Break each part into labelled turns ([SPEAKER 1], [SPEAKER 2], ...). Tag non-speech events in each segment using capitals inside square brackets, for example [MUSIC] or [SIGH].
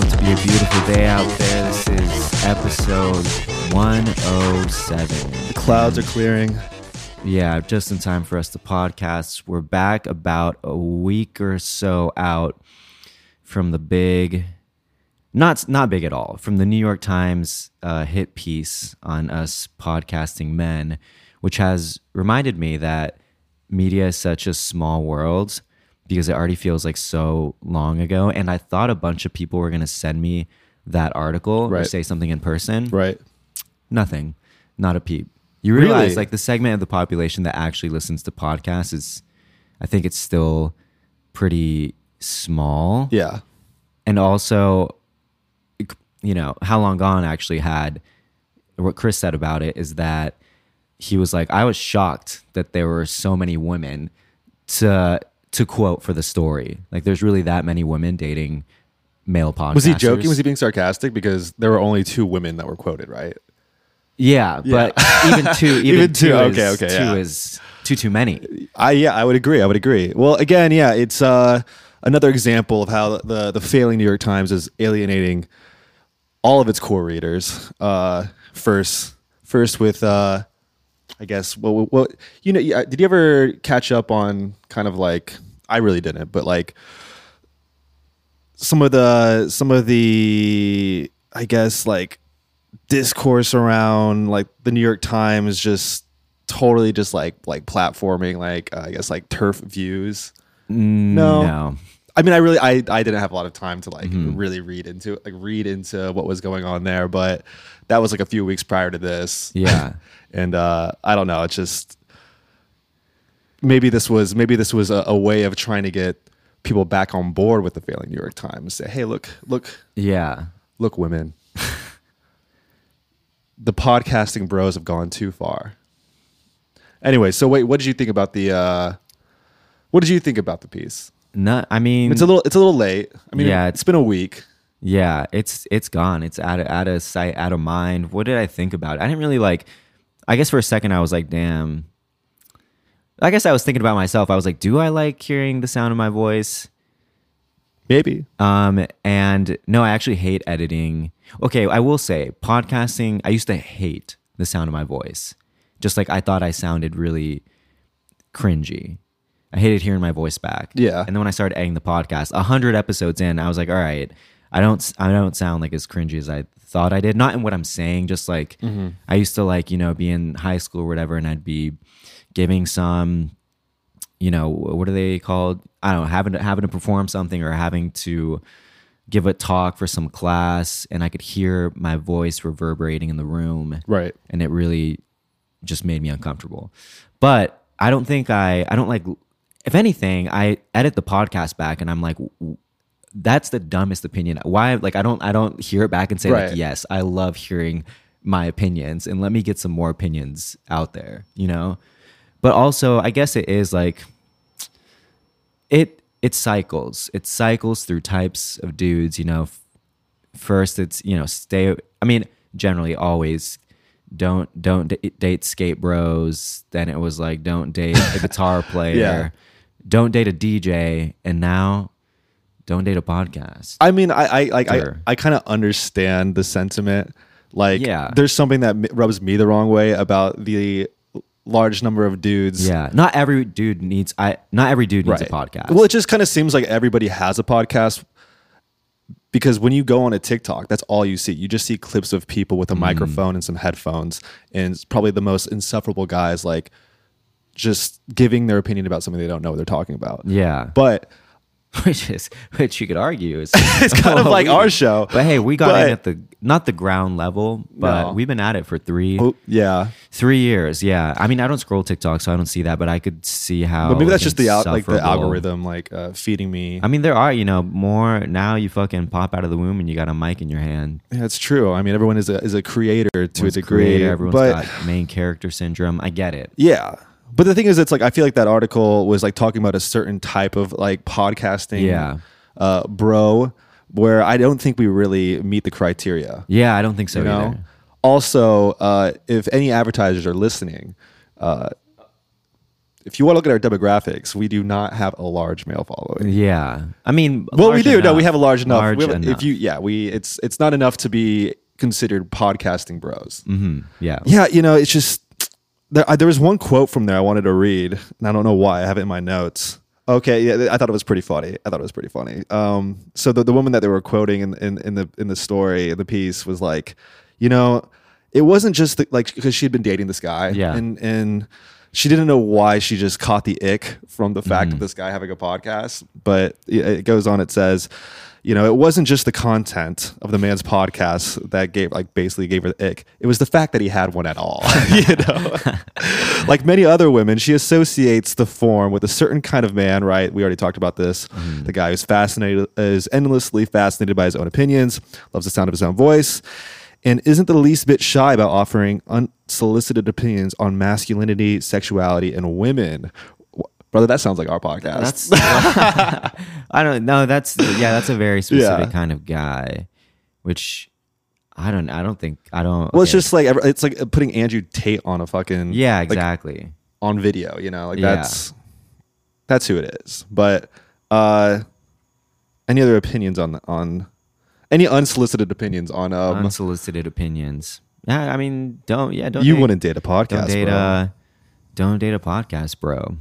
[SPEAKER 1] beautiful day out there. This is episode 107.
[SPEAKER 2] The clouds are clearing.
[SPEAKER 1] Yeah, just in time for us to podcast. We're back about a week or so out from the big, not not big at all, from the New York Times uh, hit piece on us podcasting men, which has reminded me that media is such a small world because it already feels like so long ago. And I thought a bunch of people were gonna send me that article or
[SPEAKER 2] Right.
[SPEAKER 1] say something in person.
[SPEAKER 2] Right.
[SPEAKER 1] Nothing. Not a peep. You realize
[SPEAKER 2] Really?
[SPEAKER 1] like the segment of the population that actually listens to podcasts is I think it's still pretty small.
[SPEAKER 2] Yeah.
[SPEAKER 1] And also you know, how long gone actually had what Chris said about it is that he was like, I was shocked that there were so many women to to quote for the story. Like there's really that many women dating male podcasters.
[SPEAKER 2] Was he joking? Was he being sarcastic? Because there were only two women that were quoted, right?
[SPEAKER 1] Yeah, but even
[SPEAKER 2] [LAUGHS]
[SPEAKER 1] two, even,
[SPEAKER 2] Even
[SPEAKER 1] two,
[SPEAKER 2] two, okay,
[SPEAKER 1] is,
[SPEAKER 2] okay,
[SPEAKER 1] two
[SPEAKER 2] yeah.
[SPEAKER 1] is too too many.
[SPEAKER 2] I yeah, I would agree. I would agree. Well, again, yeah, it's uh, another example of how the the failing New York Times is alienating all of its core readers. Uh, first, first with uh, I guess well, well, you know, yeah, did you ever catch up on kind of like I really didn't, but like some of the some of the I guess like discourse around like the New York Times just totally just like like platforming like uh, I guess like turf views. No.
[SPEAKER 1] No.
[SPEAKER 2] I mean I really I, I didn't have a lot of time to like really read into like read into what was going on there, but that was like a few weeks prior to this.
[SPEAKER 1] Yeah.
[SPEAKER 2] and uh I don't know, it's just maybe this was maybe this was a, a way of trying to get people back on board with the failing New York Times. Say, hey, look, look,
[SPEAKER 1] Yeah.
[SPEAKER 2] look, women, the podcasting bros have gone too far. Anyway, so wait, what did you think about the? Uh, what did you think about the piece?
[SPEAKER 1] No, I mean,
[SPEAKER 2] It's a little, it's a little late. I mean,
[SPEAKER 1] Yeah,
[SPEAKER 2] it's been a week.
[SPEAKER 1] yeah, it's it's gone. It's out of out of sight, out of mind. What did I think about? It? I didn't really like. I guess for a second I was like, damn. I guess I was thinking about myself. I was like, do I like hearing the sound of my voice?
[SPEAKER 2] Maybe
[SPEAKER 1] Um, and no, I actually hate editing. Okay, I will say podcasting, I used to hate the sound of my voice. Just like I thought I sounded really cringy. I hated hearing my voice back.
[SPEAKER 2] Yeah.
[SPEAKER 1] And then when I started editing the podcast, a hundred episodes in, I was like, all right, I don't I don't sound like as cringy as I thought I did. Not in what I'm saying, just like I used to like, you know, be in high school or whatever, and I'd be giving some you know what are they called i don't know having to having to perform something or having to give a talk for some class and i could hear my voice reverberating in the room
[SPEAKER 2] right.
[SPEAKER 1] and it really just made me uncomfortable but i don't think i i don't like if anything i edit the podcast back and i'm like w- that's the dumbest opinion why like i don't i don't hear it back and say like
[SPEAKER 2] Right.
[SPEAKER 1] yes i love hearing my opinions and let me get some more opinions out there you know but also i guess it is like it it cycles it cycles through types of dudes you know F- first it's you know stay i mean generally always don't don't d- date skate bros then it was like don't date a guitar
[SPEAKER 2] [LAUGHS]
[SPEAKER 1] player don't date a dj and now don't date a podcast
[SPEAKER 2] I mean, I, I like,
[SPEAKER 1] Sure.
[SPEAKER 2] I, I kind of understand the sentiment. Like,
[SPEAKER 1] Yeah.
[SPEAKER 2] there's something that m- rubs me the wrong way about the large number of dudes
[SPEAKER 1] yeah not every dude needs i not every dude needs
[SPEAKER 2] right.
[SPEAKER 1] a podcast
[SPEAKER 2] Well, it just kind of seems like everybody has a podcast because when you go on a TikTok, that's all you see. You just see clips of people
[SPEAKER 1] Mm.
[SPEAKER 2] with a microphone and some headphones, and it's probably the most insufferable guys like just giving their opinion about something they don't know what they're talking about.
[SPEAKER 1] yeah
[SPEAKER 2] But
[SPEAKER 1] [LAUGHS] which is which you could argue is
[SPEAKER 2] it's kind [LAUGHS] of like our show.
[SPEAKER 1] but hey we got
[SPEAKER 2] Oh, [LAUGHS] But-
[SPEAKER 1] in at the not the ground level but
[SPEAKER 2] No.
[SPEAKER 1] we've been at it for three
[SPEAKER 2] Oh, yeah.
[SPEAKER 1] Three years, yeah. I mean, I don't scroll TikTok, so I don't see that, but I could see how.
[SPEAKER 2] But maybe that's just the out, like the
[SPEAKER 1] insufferable-
[SPEAKER 2] algorithm like uh, feeding me.
[SPEAKER 1] I mean, there are, you know, more now. You fucking pop out of the womb and you got a mic in your hand.
[SPEAKER 2] yeah, it's true. I mean, everyone is a is a creator to a degree.
[SPEAKER 1] Creator, everyone's
[SPEAKER 2] but
[SPEAKER 1] got main character syndrome. I get it.
[SPEAKER 2] Yeah. But the thing is, it's like I feel like that article was like talking about a certain type of like podcasting,
[SPEAKER 1] Yeah.
[SPEAKER 2] uh, bro, where I don't think we really meet the criteria.
[SPEAKER 1] Yeah, I don't think so
[SPEAKER 2] You know.
[SPEAKER 1] either.
[SPEAKER 2] Also, uh, if any advertisers are listening, uh, if you want to look at our demographics, we do not have a large male following.
[SPEAKER 1] Yeah. I mean,
[SPEAKER 2] Well, we
[SPEAKER 1] large
[SPEAKER 2] do. No,
[SPEAKER 1] enough.
[SPEAKER 2] we have a large enough.
[SPEAKER 1] Large
[SPEAKER 2] we have-
[SPEAKER 1] enough.
[SPEAKER 2] If you, yeah, we it's it's not enough to be considered podcasting bros.
[SPEAKER 1] Mhm. Yeah.
[SPEAKER 2] Yeah, you know, it's just there. I, there was one quote from there I wanted to read, and I don't know why I have it in my notes. Okay, yeah, I thought it was pretty funny. I thought it was pretty funny. Um, so the, the woman that they were quoting in, in in the in the story, in the piece, was like, you know, it wasn't just the, like because she had been dating this guy,
[SPEAKER 1] Yeah.
[SPEAKER 2] and and she didn't know why she just caught the ick from the fact of this guy having a podcast. But it it goes on. It says, you know, it wasn't just the content of the man's podcast that gave like basically gave her the ick. It was the fact that he had one at all. [LAUGHS] you know, like many other women, she associates the form with a certain kind of man. Right? We already talked about this.
[SPEAKER 1] Mm-hmm.
[SPEAKER 2] The guy who's fascinated is endlessly fascinated by his own opinions, loves the sound of his own voice and isn't the least bit shy about offering unsolicited opinions on masculinity, sexuality, and women. W- Brother, that sounds like our podcast.
[SPEAKER 1] That's
[SPEAKER 2] [LAUGHS]
[SPEAKER 1] [LAUGHS] I don't know. That's yeah. That's a very specific
[SPEAKER 2] Yeah.
[SPEAKER 1] kind of guy, which I don't. I don't think I don't.
[SPEAKER 2] well, it's
[SPEAKER 1] okay.
[SPEAKER 2] just like every- it's like putting Andrew Tate on a fucking
[SPEAKER 1] yeah,
[SPEAKER 2] like,
[SPEAKER 1] exactly.
[SPEAKER 2] on video. You know, like
[SPEAKER 1] Yeah.
[SPEAKER 2] that's that's who it is. But uh any other opinions on on any unsolicited opinions on um
[SPEAKER 1] Unsolicited opinions. Yeah, I mean, don't. Yeah, don't.
[SPEAKER 2] you
[SPEAKER 1] date,
[SPEAKER 2] wouldn't date a podcast?
[SPEAKER 1] Don't date uh,
[SPEAKER 2] bro.
[SPEAKER 1] a. Don't date a podcast, bro.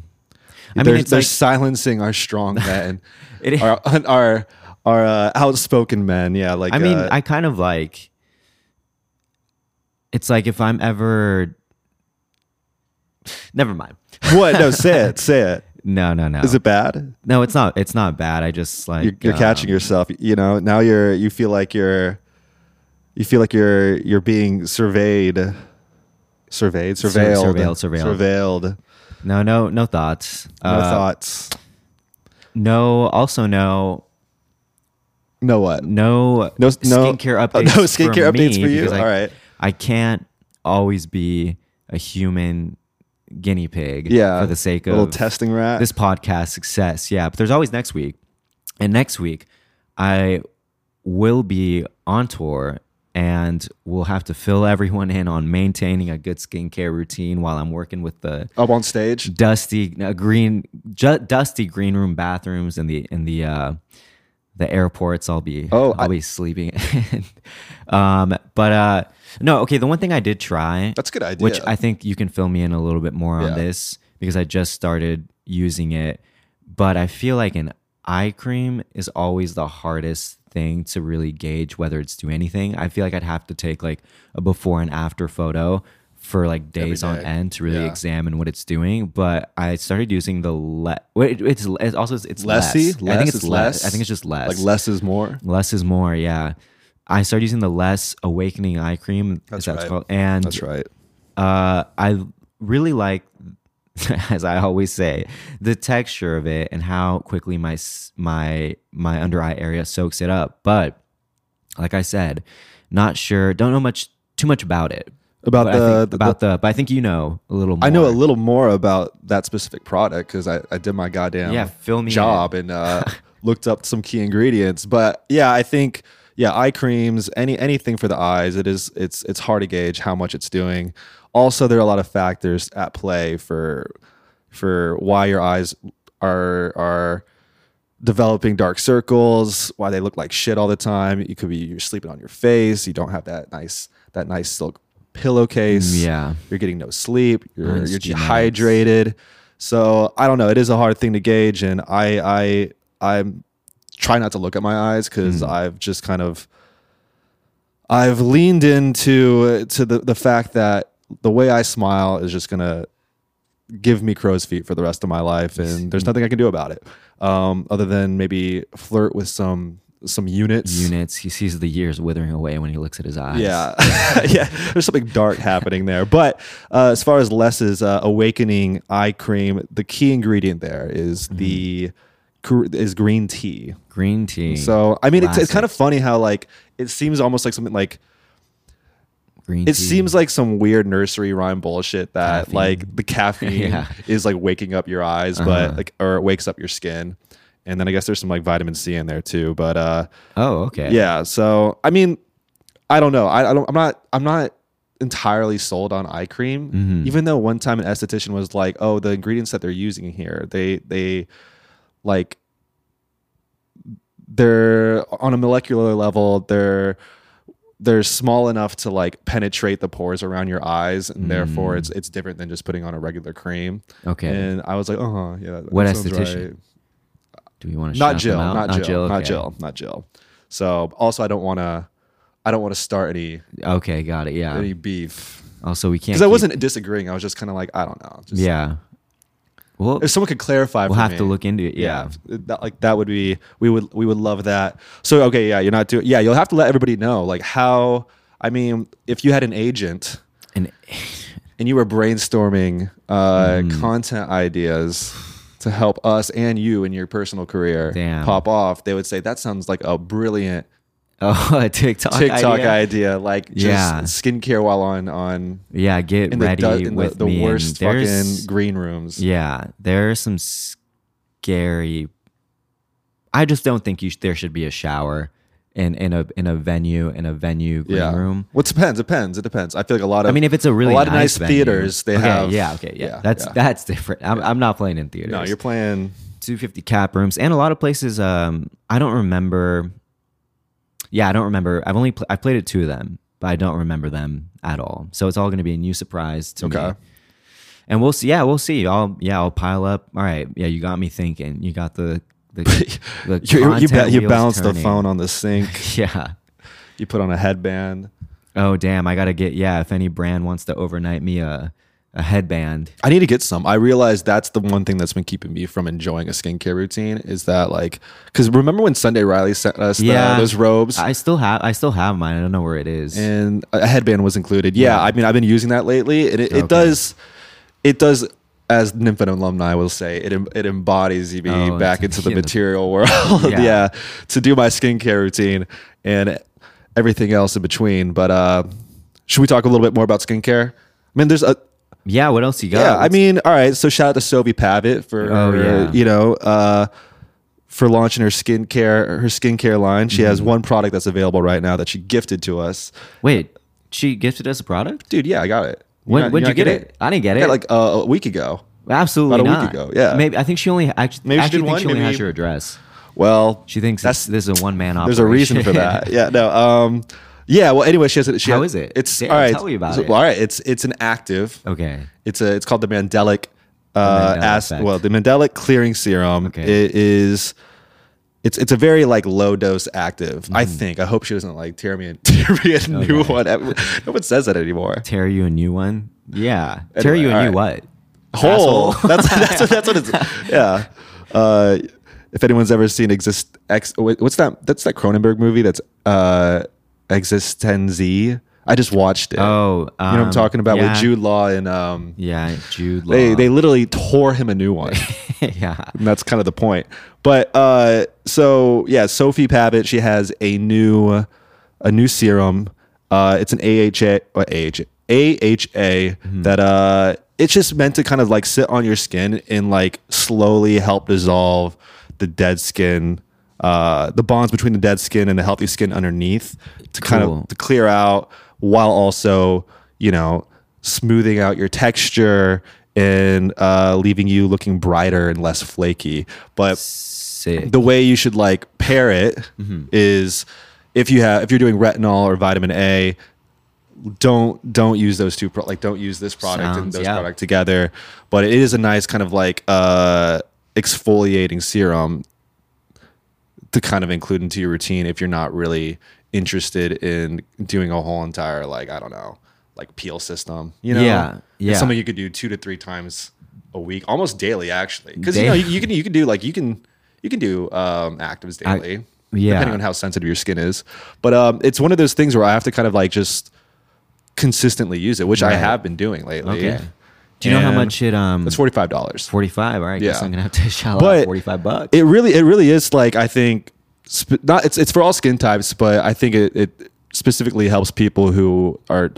[SPEAKER 1] I
[SPEAKER 2] they're,
[SPEAKER 1] mean, it's
[SPEAKER 2] they're
[SPEAKER 1] like
[SPEAKER 2] silencing our
[SPEAKER 1] [LAUGHS]
[SPEAKER 2] strong men,
[SPEAKER 1] It is-
[SPEAKER 2] our our our uh, outspoken men. Yeah, like
[SPEAKER 1] I mean,
[SPEAKER 2] uh,
[SPEAKER 1] I kind of like. It's like if I'm ever. Never mind. [LAUGHS]
[SPEAKER 2] what? No, say it, say it.
[SPEAKER 1] No, no, no.
[SPEAKER 2] Is it bad?
[SPEAKER 1] no, it's not. It's not bad. I just like
[SPEAKER 2] You're, you're
[SPEAKER 1] um,
[SPEAKER 2] catching yourself. You know, now you're you feel like you're you feel like you're you're being surveyed, surveyed,
[SPEAKER 1] Sur-
[SPEAKER 2] surveilled,
[SPEAKER 1] surveilled, surveilled.
[SPEAKER 2] surveiled.
[SPEAKER 1] No, no, no thoughts.
[SPEAKER 2] No
[SPEAKER 1] Uh,
[SPEAKER 2] thoughts.
[SPEAKER 1] No, also no,
[SPEAKER 2] No what?
[SPEAKER 1] no,
[SPEAKER 2] No s- no-
[SPEAKER 1] skincare
[SPEAKER 2] oh,
[SPEAKER 1] updates.
[SPEAKER 2] no skincare
[SPEAKER 1] me
[SPEAKER 2] updates for you?
[SPEAKER 1] because I,
[SPEAKER 2] All right.
[SPEAKER 1] I can't always be a human guinea pig.
[SPEAKER 2] Yeah,
[SPEAKER 1] For the sake
[SPEAKER 2] little
[SPEAKER 1] of
[SPEAKER 2] testing rat.
[SPEAKER 1] this podcast success. Yeah, but there's always next week, and next week I will be on tour and we'll have to fill everyone in on maintaining a good skincare routine while I'm working with the
[SPEAKER 2] up on stage.
[SPEAKER 1] dusty uh, green ju- dusty green room bathrooms in the in the uh the airports i'll be
[SPEAKER 2] Oh,
[SPEAKER 1] i'll
[SPEAKER 2] I-
[SPEAKER 1] be sleeping [LAUGHS] in. um but uh no okay the one thing i did try
[SPEAKER 2] That's a good idea.
[SPEAKER 1] which i think you can fill me in a little bit more on
[SPEAKER 2] Yeah.
[SPEAKER 1] this because i just started using it but i feel like an eye cream is always the hardest thing to really gauge whether it's doing anything i feel like i'd have to take like a before and after photo for like days on
[SPEAKER 2] day.
[SPEAKER 1] end to really
[SPEAKER 2] Yeah.
[SPEAKER 1] examine what it's doing. But I started using the le- wait, it's, it's also it's
[SPEAKER 2] Lessy?
[SPEAKER 1] less. I
[SPEAKER 2] Less
[SPEAKER 1] think it's
[SPEAKER 2] is
[SPEAKER 1] less.
[SPEAKER 2] less?
[SPEAKER 1] I think it's just less.
[SPEAKER 2] like less is more.
[SPEAKER 1] Less is more. Yeah, I started using the less awakening eye cream. That's
[SPEAKER 2] right.
[SPEAKER 1] called. And
[SPEAKER 2] That's right.
[SPEAKER 1] uh, I really like, [LAUGHS] as I always say, the texture of it and how quickly my s- my my under eye area soaks it up. But like I said, not sure. Don't know much too much about it.
[SPEAKER 2] About
[SPEAKER 1] But I
[SPEAKER 2] the,
[SPEAKER 1] think-
[SPEAKER 2] the-
[SPEAKER 1] about the, But I think you know a little. more.
[SPEAKER 2] I know a little more about that specific product because I, I did my goddamn
[SPEAKER 1] Yeah, fill me in.
[SPEAKER 2] job
[SPEAKER 1] [LAUGHS]
[SPEAKER 2] and uh, looked up some key ingredients. But yeah, I think yeah, eye creams, any anything for the eyes, it is it's it's hard to gauge how much it's doing. Also, there are a lot of factors at play for for why your eyes are are developing dark circles, why they look like shit all the time. You could be you're sleeping on your face, you don't have that nice that nice silk pillowcase
[SPEAKER 1] Mm, Yeah.
[SPEAKER 2] you're getting no sleep, you're,
[SPEAKER 1] it's
[SPEAKER 2] you're
[SPEAKER 1] genetics.
[SPEAKER 2] dehydrated. So I don't know. It is a hard thing to gauge, and I I I try not to look at my eyes because I've just kind of I've leaned into uh, to the the fact that the way I smile is just gonna give me crow's feet for the rest of my life, and there's nothing I can do about it um, other than maybe flirt with some some units.
[SPEAKER 1] Units. He sees the years withering away when he looks at his eyes.
[SPEAKER 2] Yeah, [LAUGHS] yeah. There's something dark happening there. But uh, as far as Les's uh, awakening eye cream, the key ingredient there is
[SPEAKER 1] Mm-hmm.
[SPEAKER 2] the gr- is green tea.
[SPEAKER 1] Green tea.
[SPEAKER 2] So I mean, it's, it's kind of funny how like it seems almost like something like
[SPEAKER 1] green.
[SPEAKER 2] it
[SPEAKER 1] tea.
[SPEAKER 2] seems like some weird nursery rhyme bullshit that
[SPEAKER 1] Caffeine.
[SPEAKER 2] like the
[SPEAKER 1] [LAUGHS]
[SPEAKER 2] caffeine
[SPEAKER 1] Yeah. Uh-huh.
[SPEAKER 2] is like waking up your eyes, but like or it wakes up your skin. And then I guess there's some like vitamin C in there too, but uh,
[SPEAKER 1] Oh, okay.
[SPEAKER 2] yeah so i mean i don't know I, I don't i'm not i'm not entirely sold on eye cream,
[SPEAKER 1] Mm-hmm.
[SPEAKER 2] even though one time an esthetician was like, "Oh, the ingredients that they're using here, they they like they're on a molecular level, they're they're small enough to like penetrate the pores around your eyes, and
[SPEAKER 1] Mm.
[SPEAKER 2] therefore it's it's different than just putting on a regular cream."
[SPEAKER 1] Okay.
[SPEAKER 2] And I was like, "Uh huh, yeah." that-
[SPEAKER 1] What
[SPEAKER 2] that sounds
[SPEAKER 1] esthetician?
[SPEAKER 2] right."
[SPEAKER 1] Do we want to
[SPEAKER 2] not Jill,
[SPEAKER 1] Out?
[SPEAKER 2] not, Jill, not
[SPEAKER 1] okay.
[SPEAKER 2] Jill, not Jill. So also, I don't want to, I don't want to start any
[SPEAKER 1] Okay, got it. Yeah.
[SPEAKER 2] any beef
[SPEAKER 1] Also, we can't.
[SPEAKER 2] because I
[SPEAKER 1] keep-
[SPEAKER 2] wasn't disagreeing. I was just kind of like, I don't know. Just,
[SPEAKER 1] Yeah. Well,
[SPEAKER 2] If someone could clarify,
[SPEAKER 1] we'll
[SPEAKER 2] for
[SPEAKER 1] have to
[SPEAKER 2] me,
[SPEAKER 1] look into it. Yeah.
[SPEAKER 2] if- that, like that would be we would we would love that. So okay, yeah, you're not doing. Yeah, you'll have to let everybody know like how. I mean, if you had an agent
[SPEAKER 1] And [LAUGHS]
[SPEAKER 2] and you were brainstorming uh,
[SPEAKER 1] Mm.
[SPEAKER 2] content ideas to help us and you in your personal career
[SPEAKER 1] Damn.
[SPEAKER 2] pop off, they would say that sounds like a brilliant
[SPEAKER 1] oh, [LAUGHS] a TikTok.
[SPEAKER 2] TikTok idea,
[SPEAKER 1] idea.
[SPEAKER 2] like just
[SPEAKER 1] Yeah.
[SPEAKER 2] skincare while on on
[SPEAKER 1] Yeah, get
[SPEAKER 2] in the,
[SPEAKER 1] ready
[SPEAKER 2] du- in the,
[SPEAKER 1] with
[SPEAKER 2] the
[SPEAKER 1] me. and
[SPEAKER 2] worst
[SPEAKER 1] there's-
[SPEAKER 2] fucking green rooms.
[SPEAKER 1] Yeah, there are some scary. I just don't think you sh- there should be a shower in in a in a venue in a venue green room.
[SPEAKER 2] Well, it depends. Depends. It depends. I feel like a lot of.
[SPEAKER 1] I mean, if it's a really
[SPEAKER 2] a lot
[SPEAKER 1] nice
[SPEAKER 2] of nice
[SPEAKER 1] venue-
[SPEAKER 2] theaters, they
[SPEAKER 1] okay,
[SPEAKER 2] have.
[SPEAKER 1] yeah, okay, yeah,
[SPEAKER 2] yeah,
[SPEAKER 1] that's
[SPEAKER 2] yeah.
[SPEAKER 1] that's different. I'm, I'm not playing in theaters.
[SPEAKER 2] No, you're playing.
[SPEAKER 1] 250 cap rooms and a lot of places um i don't remember yeah i don't remember i've only pl- i played at two of them but i don't remember them at all so it's all going to be a new surprise to me
[SPEAKER 2] Okay.
[SPEAKER 1] and we'll see yeah we'll see i'll yeah i'll pile up all right yeah you got me thinking you got the
[SPEAKER 2] [LAUGHS]
[SPEAKER 1] the, the
[SPEAKER 2] You, you, ba-
[SPEAKER 1] content
[SPEAKER 2] you
[SPEAKER 1] wheels
[SPEAKER 2] bounce the
[SPEAKER 1] turning.
[SPEAKER 2] phone on the
[SPEAKER 1] [LAUGHS]
[SPEAKER 2] sink.
[SPEAKER 1] yeah
[SPEAKER 2] You put on a headband.
[SPEAKER 1] oh damn i gotta get yeah if any brand wants to overnight me a a headband
[SPEAKER 2] I need to get some. I realize that's the one thing that's been keeping me from enjoying a skincare routine is that like because remember when Sunday Riley sent us the-
[SPEAKER 1] Yeah.
[SPEAKER 2] those robes?
[SPEAKER 1] i still have i still have mine i don't know where it is
[SPEAKER 2] and a headband was included. Yeah, I mean, I've been using that lately, and it,
[SPEAKER 1] Okay.
[SPEAKER 2] it does, it does, as Nymphan alumni will say, it em- it embodies me
[SPEAKER 1] Oh,
[SPEAKER 2] back
[SPEAKER 1] it's-
[SPEAKER 2] into the
[SPEAKER 1] yeah, the-
[SPEAKER 2] material world. [LAUGHS]
[SPEAKER 1] Yeah.
[SPEAKER 2] yeah. to do my skincare routine and everything else in between. But uh, should we talk a little bit more about skincare? I mean, there's a
[SPEAKER 1] yeah what else you got
[SPEAKER 2] yeah. I
[SPEAKER 1] What's-
[SPEAKER 2] mean, all right. So shout out to Sophie Pavitt for
[SPEAKER 1] Oh,
[SPEAKER 2] her,
[SPEAKER 1] yeah.
[SPEAKER 2] you know. Uh, for launching her skincare, her skincare line, she
[SPEAKER 1] Mm-hmm.
[SPEAKER 2] has one product that's available right now that she gifted to us.
[SPEAKER 1] wait she gifted us a product
[SPEAKER 2] Dude, yeah, I got it.
[SPEAKER 1] When-
[SPEAKER 2] not-
[SPEAKER 1] when'd
[SPEAKER 2] not
[SPEAKER 1] you get
[SPEAKER 2] get
[SPEAKER 1] it? I didn't get
[SPEAKER 2] I got
[SPEAKER 1] it.
[SPEAKER 2] it like uh, a week ago.
[SPEAKER 1] Absolutely
[SPEAKER 2] About a
[SPEAKER 1] not.
[SPEAKER 2] week ago, yeah.
[SPEAKER 1] Maybe I think she only actually,
[SPEAKER 2] Maybe she
[SPEAKER 1] actually
[SPEAKER 2] did
[SPEAKER 1] think
[SPEAKER 2] one,
[SPEAKER 1] she only
[SPEAKER 2] maybe-
[SPEAKER 1] has your address.
[SPEAKER 2] Well,
[SPEAKER 1] She thinks
[SPEAKER 2] That's-
[SPEAKER 1] it's, this is a one man operation.
[SPEAKER 2] there's a reason for that. Yeah, no. Um, yeah. Well, anyway, she has it. She
[SPEAKER 1] How
[SPEAKER 2] has-
[SPEAKER 1] is it?
[SPEAKER 2] It's
[SPEAKER 1] Damn,
[SPEAKER 2] all right.
[SPEAKER 1] tell me about
[SPEAKER 2] so-
[SPEAKER 1] it.
[SPEAKER 2] All right. It's it's an active.
[SPEAKER 1] [LAUGHS] okay.
[SPEAKER 2] It's a it's called the Mandelic. Uh,
[SPEAKER 1] Mandelic
[SPEAKER 2] as,
[SPEAKER 1] effect.
[SPEAKER 2] well, the Mandelic clearing serum
[SPEAKER 1] Okay.
[SPEAKER 2] it is. It's it's a very like low dose active.
[SPEAKER 1] Mm.
[SPEAKER 2] I think. I hope she doesn't like tear me a, [LAUGHS] tear me a new
[SPEAKER 1] [LAUGHS]
[SPEAKER 2] one. No one says that anymore.
[SPEAKER 1] Tear you a new one? Yeah. Tear you a
[SPEAKER 2] all
[SPEAKER 1] new what?
[SPEAKER 2] hole.
[SPEAKER 1] [LAUGHS] Asshole.
[SPEAKER 2] That's that's what, that's what it's. Yeah. Uh, if anyone's ever seen exist ex, wait, what's that? That's that Cronenberg movie. That's uh, Existenzi. I just watched it.
[SPEAKER 1] Oh,
[SPEAKER 2] you know what I'm
[SPEAKER 1] um,
[SPEAKER 2] talking about
[SPEAKER 1] yeah.
[SPEAKER 2] with Jude Law and um,
[SPEAKER 1] Yeah, Jude Law.
[SPEAKER 2] they they literally tore him a new one.
[SPEAKER 1] [LAUGHS] yeah.
[SPEAKER 2] And that's kind of the point. But uh, so yeah, Sophie Pavitt, she has a new a new serum. Uh, it's an AHA or AHA, AHA that uh, it's just meant to kind of like sit on your skin and like slowly help dissolve the dead skin, uh, the bonds between the dead skin and the healthy skin underneath to kind
[SPEAKER 1] Cool.
[SPEAKER 2] of to clear out while also you know smoothing out your texture and uh, leaving you looking brighter and less flaky but
[SPEAKER 1] Sick.
[SPEAKER 2] the way you should like pair it is
[SPEAKER 1] Mm-hmm.
[SPEAKER 2] if you have if you're doing retinol or vitamin a don't don't use those two pro- like don't use this product and
[SPEAKER 1] Sounds,
[SPEAKER 2] those
[SPEAKER 1] yeah.
[SPEAKER 2] product together but it is a nice kind of like uh exfoliating serum to kind of include into your routine if you're not really interested in doing a whole entire like I don't know like peel system. You know,
[SPEAKER 1] Yeah, yeah.
[SPEAKER 2] It's something you could do two to three times a week, almost daily actually, because you know you,
[SPEAKER 1] Damn.
[SPEAKER 2] you can you can do like you can you can do um, actives daily,
[SPEAKER 1] yeah.
[SPEAKER 2] depending on how sensitive your skin is. But um, it's one of those things where I have to kind of like just consistently use it, which I
[SPEAKER 1] Right.
[SPEAKER 2] have been doing lately.
[SPEAKER 1] Okay. Do you know how
[SPEAKER 2] And
[SPEAKER 1] much it um
[SPEAKER 2] It's forty five dollars.
[SPEAKER 1] 45. All right, guess
[SPEAKER 2] Yeah.
[SPEAKER 1] I'm going to have to [LAUGHS] shell out
[SPEAKER 2] But-
[SPEAKER 1] 45 bucks.
[SPEAKER 2] It really, it really is like I think, sp- not it's it's for all skin types, but I think it, it specifically helps people who are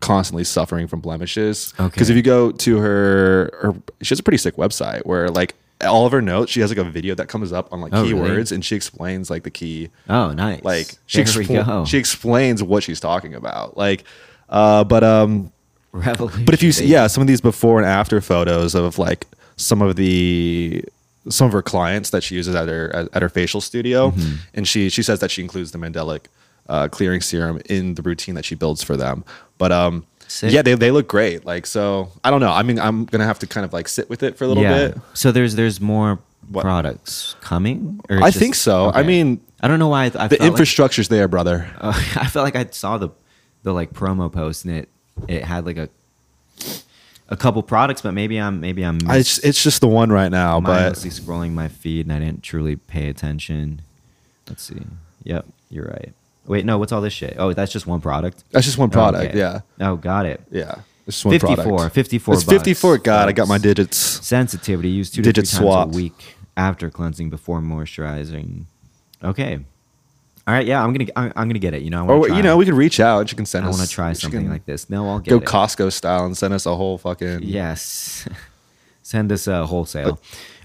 [SPEAKER 2] constantly suffering from blemishes.
[SPEAKER 1] Okay.
[SPEAKER 2] Because if you go to her, her, she has a pretty sick website where like all of her notes, she has like a video that comes up on like
[SPEAKER 1] Oh,
[SPEAKER 2] keywords,
[SPEAKER 1] really?
[SPEAKER 2] and she explains like the key
[SPEAKER 1] oh, nice.
[SPEAKER 2] like she
[SPEAKER 1] there we
[SPEAKER 2] expl-
[SPEAKER 1] go.
[SPEAKER 2] she explains what she's talking about like Uh, but um,
[SPEAKER 1] [LAUGHS] Revolution.
[SPEAKER 2] but if you see,
[SPEAKER 1] baby.
[SPEAKER 2] yeah, some of these before and after photos of like some of the some of her clients that she uses at her at, at her facial studio,
[SPEAKER 1] Mm-hmm.
[SPEAKER 2] and she she says that she includes the Mandelic uh, clearing serum in the routine that she builds for them. But um,
[SPEAKER 1] Sick.
[SPEAKER 2] yeah, they they look great. Like so, I don't know. I mean, I'm gonna have to kind of like sit with it for a little
[SPEAKER 1] yeah.
[SPEAKER 2] bit.
[SPEAKER 1] So there's there's more
[SPEAKER 2] What?
[SPEAKER 1] products coming. Or
[SPEAKER 2] I
[SPEAKER 1] it's
[SPEAKER 2] think so. I mean,
[SPEAKER 1] I don't know why I, I
[SPEAKER 2] The
[SPEAKER 1] felt like-
[SPEAKER 2] infrastructure's there, brother.
[SPEAKER 1] Uh, [LAUGHS] I felt like I saw the the like promo post and it it had like a a couple products, but maybe I'm maybe I'm
[SPEAKER 2] I, it's, it's just the one right now, but
[SPEAKER 1] mindlessly scrolling my feed and I didn't truly pay attention. Let's see. Yep, you're right. Wait, no, what's all this shit? Oh, that's just one product.
[SPEAKER 2] that's just one product.
[SPEAKER 1] Okay.
[SPEAKER 2] Yeah,
[SPEAKER 1] Oh, got it.
[SPEAKER 2] yeah. It's just one
[SPEAKER 1] 54,
[SPEAKER 2] product.
[SPEAKER 1] 54
[SPEAKER 2] It's fifty-four.
[SPEAKER 1] bucks,
[SPEAKER 2] God, I got
[SPEAKER 1] folks.
[SPEAKER 2] my digits.
[SPEAKER 1] Sensitivity used two
[SPEAKER 2] Digit
[SPEAKER 1] to three
[SPEAKER 2] swap.
[SPEAKER 1] times a week after cleansing before moisturizing. Okay. All right, yeah, I'm gonna I'm, I'm gonna get it. You know, I wanna
[SPEAKER 2] Or
[SPEAKER 1] try
[SPEAKER 2] Oh, you
[SPEAKER 1] it.
[SPEAKER 2] know, we can reach out. and She can send
[SPEAKER 1] I
[SPEAKER 2] us.
[SPEAKER 1] want to try
[SPEAKER 2] she
[SPEAKER 1] something
[SPEAKER 2] can
[SPEAKER 1] like this. No, I'll get
[SPEAKER 2] Go
[SPEAKER 1] it.
[SPEAKER 2] Costco style and send us a whole fucking.
[SPEAKER 1] yes, [LAUGHS] send us a wholesale.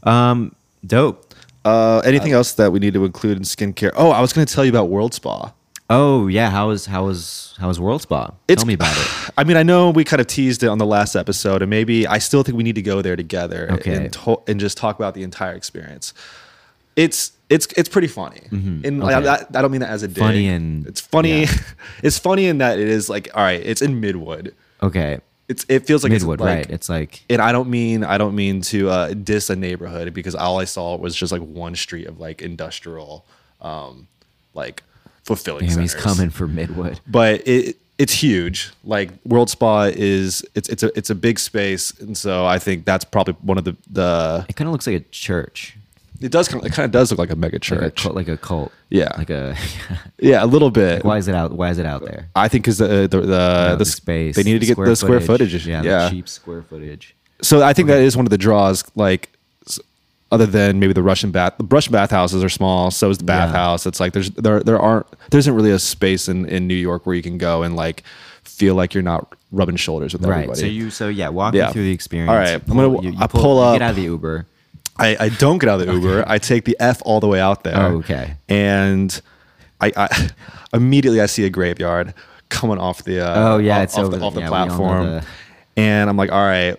[SPEAKER 1] Um, dope.
[SPEAKER 2] Uh, anything else that we need to include in skincare? Oh, I was going to tell you about World Spa.
[SPEAKER 1] Oh yeah, how is how is how is World Spa? Tell me
[SPEAKER 2] [SIGHS]
[SPEAKER 1] about it.
[SPEAKER 2] I mean, I know we kind of teased it on the last episode, and maybe I still think we need to go there together
[SPEAKER 1] Okay.
[SPEAKER 2] and to- and just talk about the entire experience. It's it's it's pretty funny, and like,
[SPEAKER 1] Mm-hmm. Okay.
[SPEAKER 2] I, I don't mean that as a dig.
[SPEAKER 1] Funny and-
[SPEAKER 2] it's funny.
[SPEAKER 1] yeah.
[SPEAKER 2] [LAUGHS] it's funny in that it is like all right. It's in Midwood.
[SPEAKER 1] Okay,
[SPEAKER 2] It's it feels like
[SPEAKER 1] Midwood,
[SPEAKER 2] it's like,
[SPEAKER 1] right? It's like
[SPEAKER 2] and I don't mean I don't mean to uh, diss a neighborhood because all I saw was just like one street of like industrial, um, like fulfilling.
[SPEAKER 1] damn, he's
[SPEAKER 2] centers
[SPEAKER 1] coming for Midwood.
[SPEAKER 2] but it it's huge. Like World Spa is it's it's a it's a big space, and so I think that's probably one of the the
[SPEAKER 1] It kind of looks like a church,
[SPEAKER 2] it does kind of, it kind of does look like a mega
[SPEAKER 1] like a
[SPEAKER 2] church.
[SPEAKER 1] cult, like a cult.
[SPEAKER 2] Yeah.
[SPEAKER 1] like a. [LAUGHS]
[SPEAKER 2] yeah, a little bit.
[SPEAKER 1] why is it out? Why is it out there?
[SPEAKER 2] I think because the the the, the
[SPEAKER 1] The
[SPEAKER 2] s-
[SPEAKER 1] space.
[SPEAKER 2] they needed to get the square footage.
[SPEAKER 1] Yeah,
[SPEAKER 2] Yeah,
[SPEAKER 1] The cheap square footage.
[SPEAKER 2] so I think that is one of the draws. Like s- other than maybe the Russian bath, the Russian bathhouses are small. So is the
[SPEAKER 1] Yeah.
[SPEAKER 2] bathhouse. It's like there's there there aren't there isn't really a space in in New York where you can go and like feel like you're not rubbing shoulders with everybody.
[SPEAKER 1] Right. So you. So yeah, walk
[SPEAKER 2] Yeah.
[SPEAKER 1] me through the experience.
[SPEAKER 2] All right,
[SPEAKER 1] You
[SPEAKER 2] I'm gonna-
[SPEAKER 1] pull- you- you
[SPEAKER 2] I pull
[SPEAKER 1] You get
[SPEAKER 2] up-
[SPEAKER 1] out of the Uber.
[SPEAKER 2] I, I don't get out of the Uber. I take the F all the way out there.
[SPEAKER 1] Oh, okay.
[SPEAKER 2] And I, I [LAUGHS] immediately I see a graveyard coming off the uh,
[SPEAKER 1] Oh, yeah,
[SPEAKER 2] off,
[SPEAKER 1] it's
[SPEAKER 2] off
[SPEAKER 1] over
[SPEAKER 2] the,
[SPEAKER 1] the-
[SPEAKER 2] off the
[SPEAKER 1] yeah, we all know
[SPEAKER 2] platform,
[SPEAKER 1] the-
[SPEAKER 2] and I'm like, all right,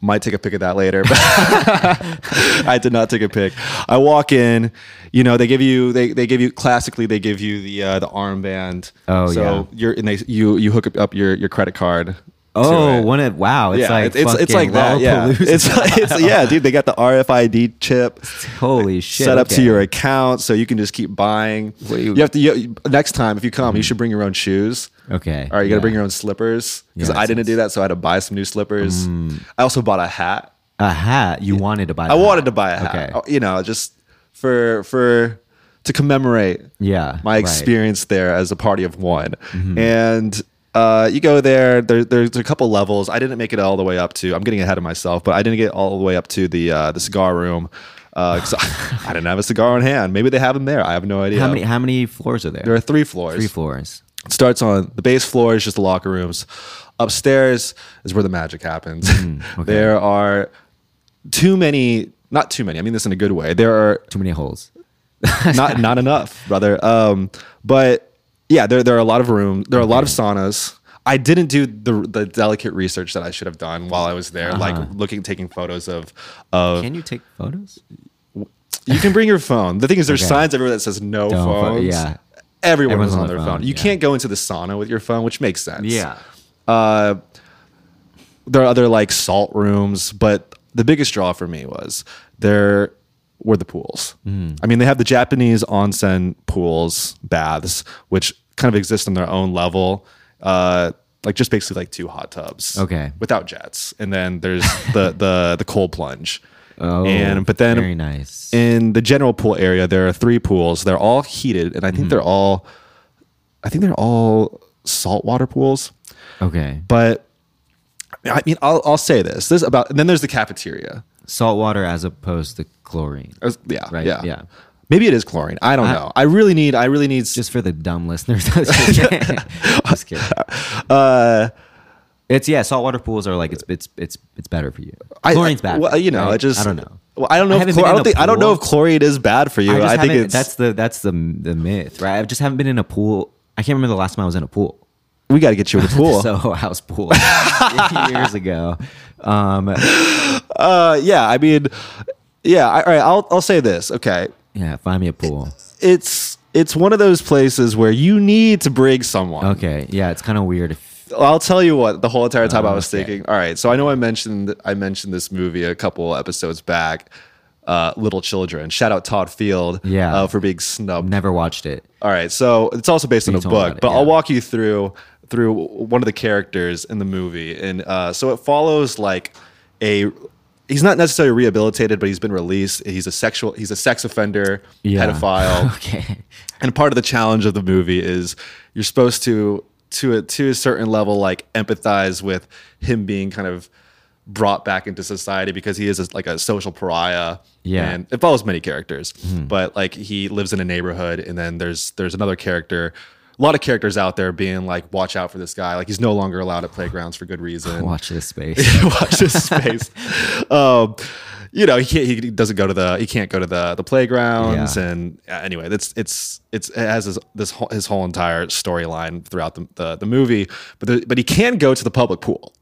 [SPEAKER 2] might take a pic of that later. [LAUGHS] But I did not take a pic. I walk in, you know, they give you they they give you classically they give you the uh, the armband.
[SPEAKER 1] Oh,
[SPEAKER 2] so
[SPEAKER 1] yeah.
[SPEAKER 2] you're and they you you hook up your your credit card. to
[SPEAKER 1] Oh,
[SPEAKER 2] it.
[SPEAKER 1] one of wow! It's like
[SPEAKER 2] it's, it's like that. Yeah,
[SPEAKER 1] Lollapalooza.
[SPEAKER 2] it's, [LAUGHS] it's yeah, dude. They got the RFID chip
[SPEAKER 1] [LAUGHS] holy shit.
[SPEAKER 2] set up to
[SPEAKER 1] okay.
[SPEAKER 2] your account, so you can just keep buying.
[SPEAKER 1] Wait.
[SPEAKER 2] you have to you, next time if you come, you should bring your own shoes.
[SPEAKER 1] Mm-hmm. okay.
[SPEAKER 2] All right, you got to
[SPEAKER 1] yeah.
[SPEAKER 2] bring your own slippers because
[SPEAKER 1] Yeah, Mm. that
[SPEAKER 2] I didn't
[SPEAKER 1] sounds-
[SPEAKER 2] do that, so I had to buy some new slippers. I also bought a hat.
[SPEAKER 1] a hat. You wanted to buy.
[SPEAKER 2] I wanted to buy a hat.
[SPEAKER 1] Okay.
[SPEAKER 2] Oh, You know, just for for to commemorate
[SPEAKER 1] Yeah,
[SPEAKER 2] my
[SPEAKER 1] right. Mm-hmm.
[SPEAKER 2] experience there as a party of one. And uh, you go there, there, there's a couple levels. I didn't make it all the way up to. I'm getting ahead of myself, but I didn't get all the way up to the uh, the cigar room. Uh, 'cause I, [LAUGHS] I didn't have a cigar in hand. Maybe they have them there. I have no idea.
[SPEAKER 1] How many? How many floors are there?
[SPEAKER 2] There are three floors.
[SPEAKER 1] three floors.
[SPEAKER 2] It starts on the base floor is just the locker rooms. Upstairs is where the magic happens.
[SPEAKER 1] Mm,
[SPEAKER 2] there are too many, not too many. I mean this in a good way. There are
[SPEAKER 1] Too many holes.
[SPEAKER 2] [LAUGHS] not not enough, brother. Um, but yeah, there there are a lot of rooms. There are a lot of saunas. I didn't do the the delicate research that I should have done while I was there,
[SPEAKER 1] Uh-huh.
[SPEAKER 2] like looking, taking photos of of.
[SPEAKER 1] Can you take photos?
[SPEAKER 2] you can bring your phone. The thing is, there's
[SPEAKER 1] Okay.
[SPEAKER 2] signs everywhere that says no
[SPEAKER 1] Don't pho-
[SPEAKER 2] phones.
[SPEAKER 1] yeah.
[SPEAKER 2] everyone
[SPEAKER 1] Everyone's
[SPEAKER 2] was
[SPEAKER 1] on
[SPEAKER 2] on
[SPEAKER 1] their
[SPEAKER 2] their
[SPEAKER 1] phone,
[SPEAKER 2] phone. You
[SPEAKER 1] yeah.
[SPEAKER 2] can't go into the sauna with your phone, which makes sense. there are other like salt rooms, but the biggest draw for me was there were the pools.
[SPEAKER 1] Mm.
[SPEAKER 2] I mean, they have the Japanese onsen pools, baths, which kind of exist on their own level. Uh, like just basically like two hot tubs,
[SPEAKER 1] Okay.
[SPEAKER 2] without jets, and
[SPEAKER 1] [LAUGHS]
[SPEAKER 2] then there's the the the cold plunge.
[SPEAKER 1] Oh,
[SPEAKER 2] and but then
[SPEAKER 1] very nice.
[SPEAKER 2] in the general pool area, there are three pools. They're all heated, and I
[SPEAKER 1] Mm-hmm.
[SPEAKER 2] think they're all, I think they're all saltwater pools.
[SPEAKER 1] okay,
[SPEAKER 2] But I mean, I'll, I'll say this. This about and then there's the cafeteria.
[SPEAKER 1] salt water as opposed to chlorine.
[SPEAKER 2] I was- yeah,
[SPEAKER 1] Right,
[SPEAKER 2] yeah,
[SPEAKER 1] yeah.
[SPEAKER 2] Maybe it is chlorine. I don't know. I really need. I really need.
[SPEAKER 1] Just for the dumb listeners, [LAUGHS]
[SPEAKER 2] [LAUGHS]
[SPEAKER 1] just kidding.
[SPEAKER 2] Uh,
[SPEAKER 1] it's yeah. Saltwater pools are like it's it's it's it's better for you.
[SPEAKER 2] I-
[SPEAKER 1] Chlorine's
[SPEAKER 2] I-
[SPEAKER 1] bad.
[SPEAKER 2] Well,
[SPEAKER 1] for
[SPEAKER 2] you know,
[SPEAKER 1] right?
[SPEAKER 2] it just.
[SPEAKER 1] I don't know.
[SPEAKER 2] Well, I don't know.
[SPEAKER 1] I
[SPEAKER 2] if
[SPEAKER 1] haven't
[SPEAKER 2] chlor-
[SPEAKER 1] been
[SPEAKER 2] I
[SPEAKER 1] in
[SPEAKER 2] don't
[SPEAKER 1] a
[SPEAKER 2] think. I don't
[SPEAKER 1] pool.
[SPEAKER 2] know if chlorine is bad for you.
[SPEAKER 1] I,
[SPEAKER 2] I,
[SPEAKER 1] just
[SPEAKER 2] think
[SPEAKER 1] haven't-
[SPEAKER 2] it's
[SPEAKER 1] that's the that's the the myth, right? I just haven't been in a pool. I can't remember the last time I was in a pool.
[SPEAKER 2] we got
[SPEAKER 1] [LAUGHS]
[SPEAKER 2] to get you in the pool.
[SPEAKER 1] Soho House
[SPEAKER 2] [LAUGHS]
[SPEAKER 1] pool years ago. Um,
[SPEAKER 2] uh, yeah, I mean, yeah. I, all right, I'll I'll say this. Okay,
[SPEAKER 1] yeah, find me a pool.
[SPEAKER 2] it's it's one of those places where you need to bring someone.
[SPEAKER 1] Okay, yeah, it's kind of weird. If,
[SPEAKER 2] I'll tell you what the whole entire time I was
[SPEAKER 1] Oh, Okay.
[SPEAKER 2] thinking. All right, so I know I mentioned I mentioned this movie a couple episodes back. Uh, Little Children. Shout out Todd Field
[SPEAKER 1] Yeah.
[SPEAKER 2] uh, for being snubbed.
[SPEAKER 1] never watched it. [LAUGHS]
[SPEAKER 2] All right, so it's also based on a
[SPEAKER 1] You told me about
[SPEAKER 2] book,
[SPEAKER 1] it,
[SPEAKER 2] but I'll
[SPEAKER 1] yeah.
[SPEAKER 2] walk you through through one of the characters in the movie, and uh, so it follows like a he's not necessarily rehabilitated, but he's been released. He's a sexual he's a sex offender,
[SPEAKER 1] Yeah. [LAUGHS]
[SPEAKER 2] pedophile,
[SPEAKER 1] Okay,
[SPEAKER 2] and part of the challenge of the movie is you're supposed to to a to a certain level like empathize with him being kind of brought back into society because he is a, like a social pariah
[SPEAKER 1] Yeah.
[SPEAKER 2] and it follows many characters but like he lives in a neighborhood and then there's there's another character a lot of characters out there being like watch out for this guy like he's no longer allowed at playgrounds for good reason
[SPEAKER 1] watch this space.
[SPEAKER 2] watch his space. um, you know, he can't, he doesn't go to the he can't go to the the playgrounds,
[SPEAKER 1] Yeah.
[SPEAKER 2] and uh, anyway, that's it's it's it has his this whole, his whole entire storyline throughout the, the the movie, but there, but he can go to the public pool.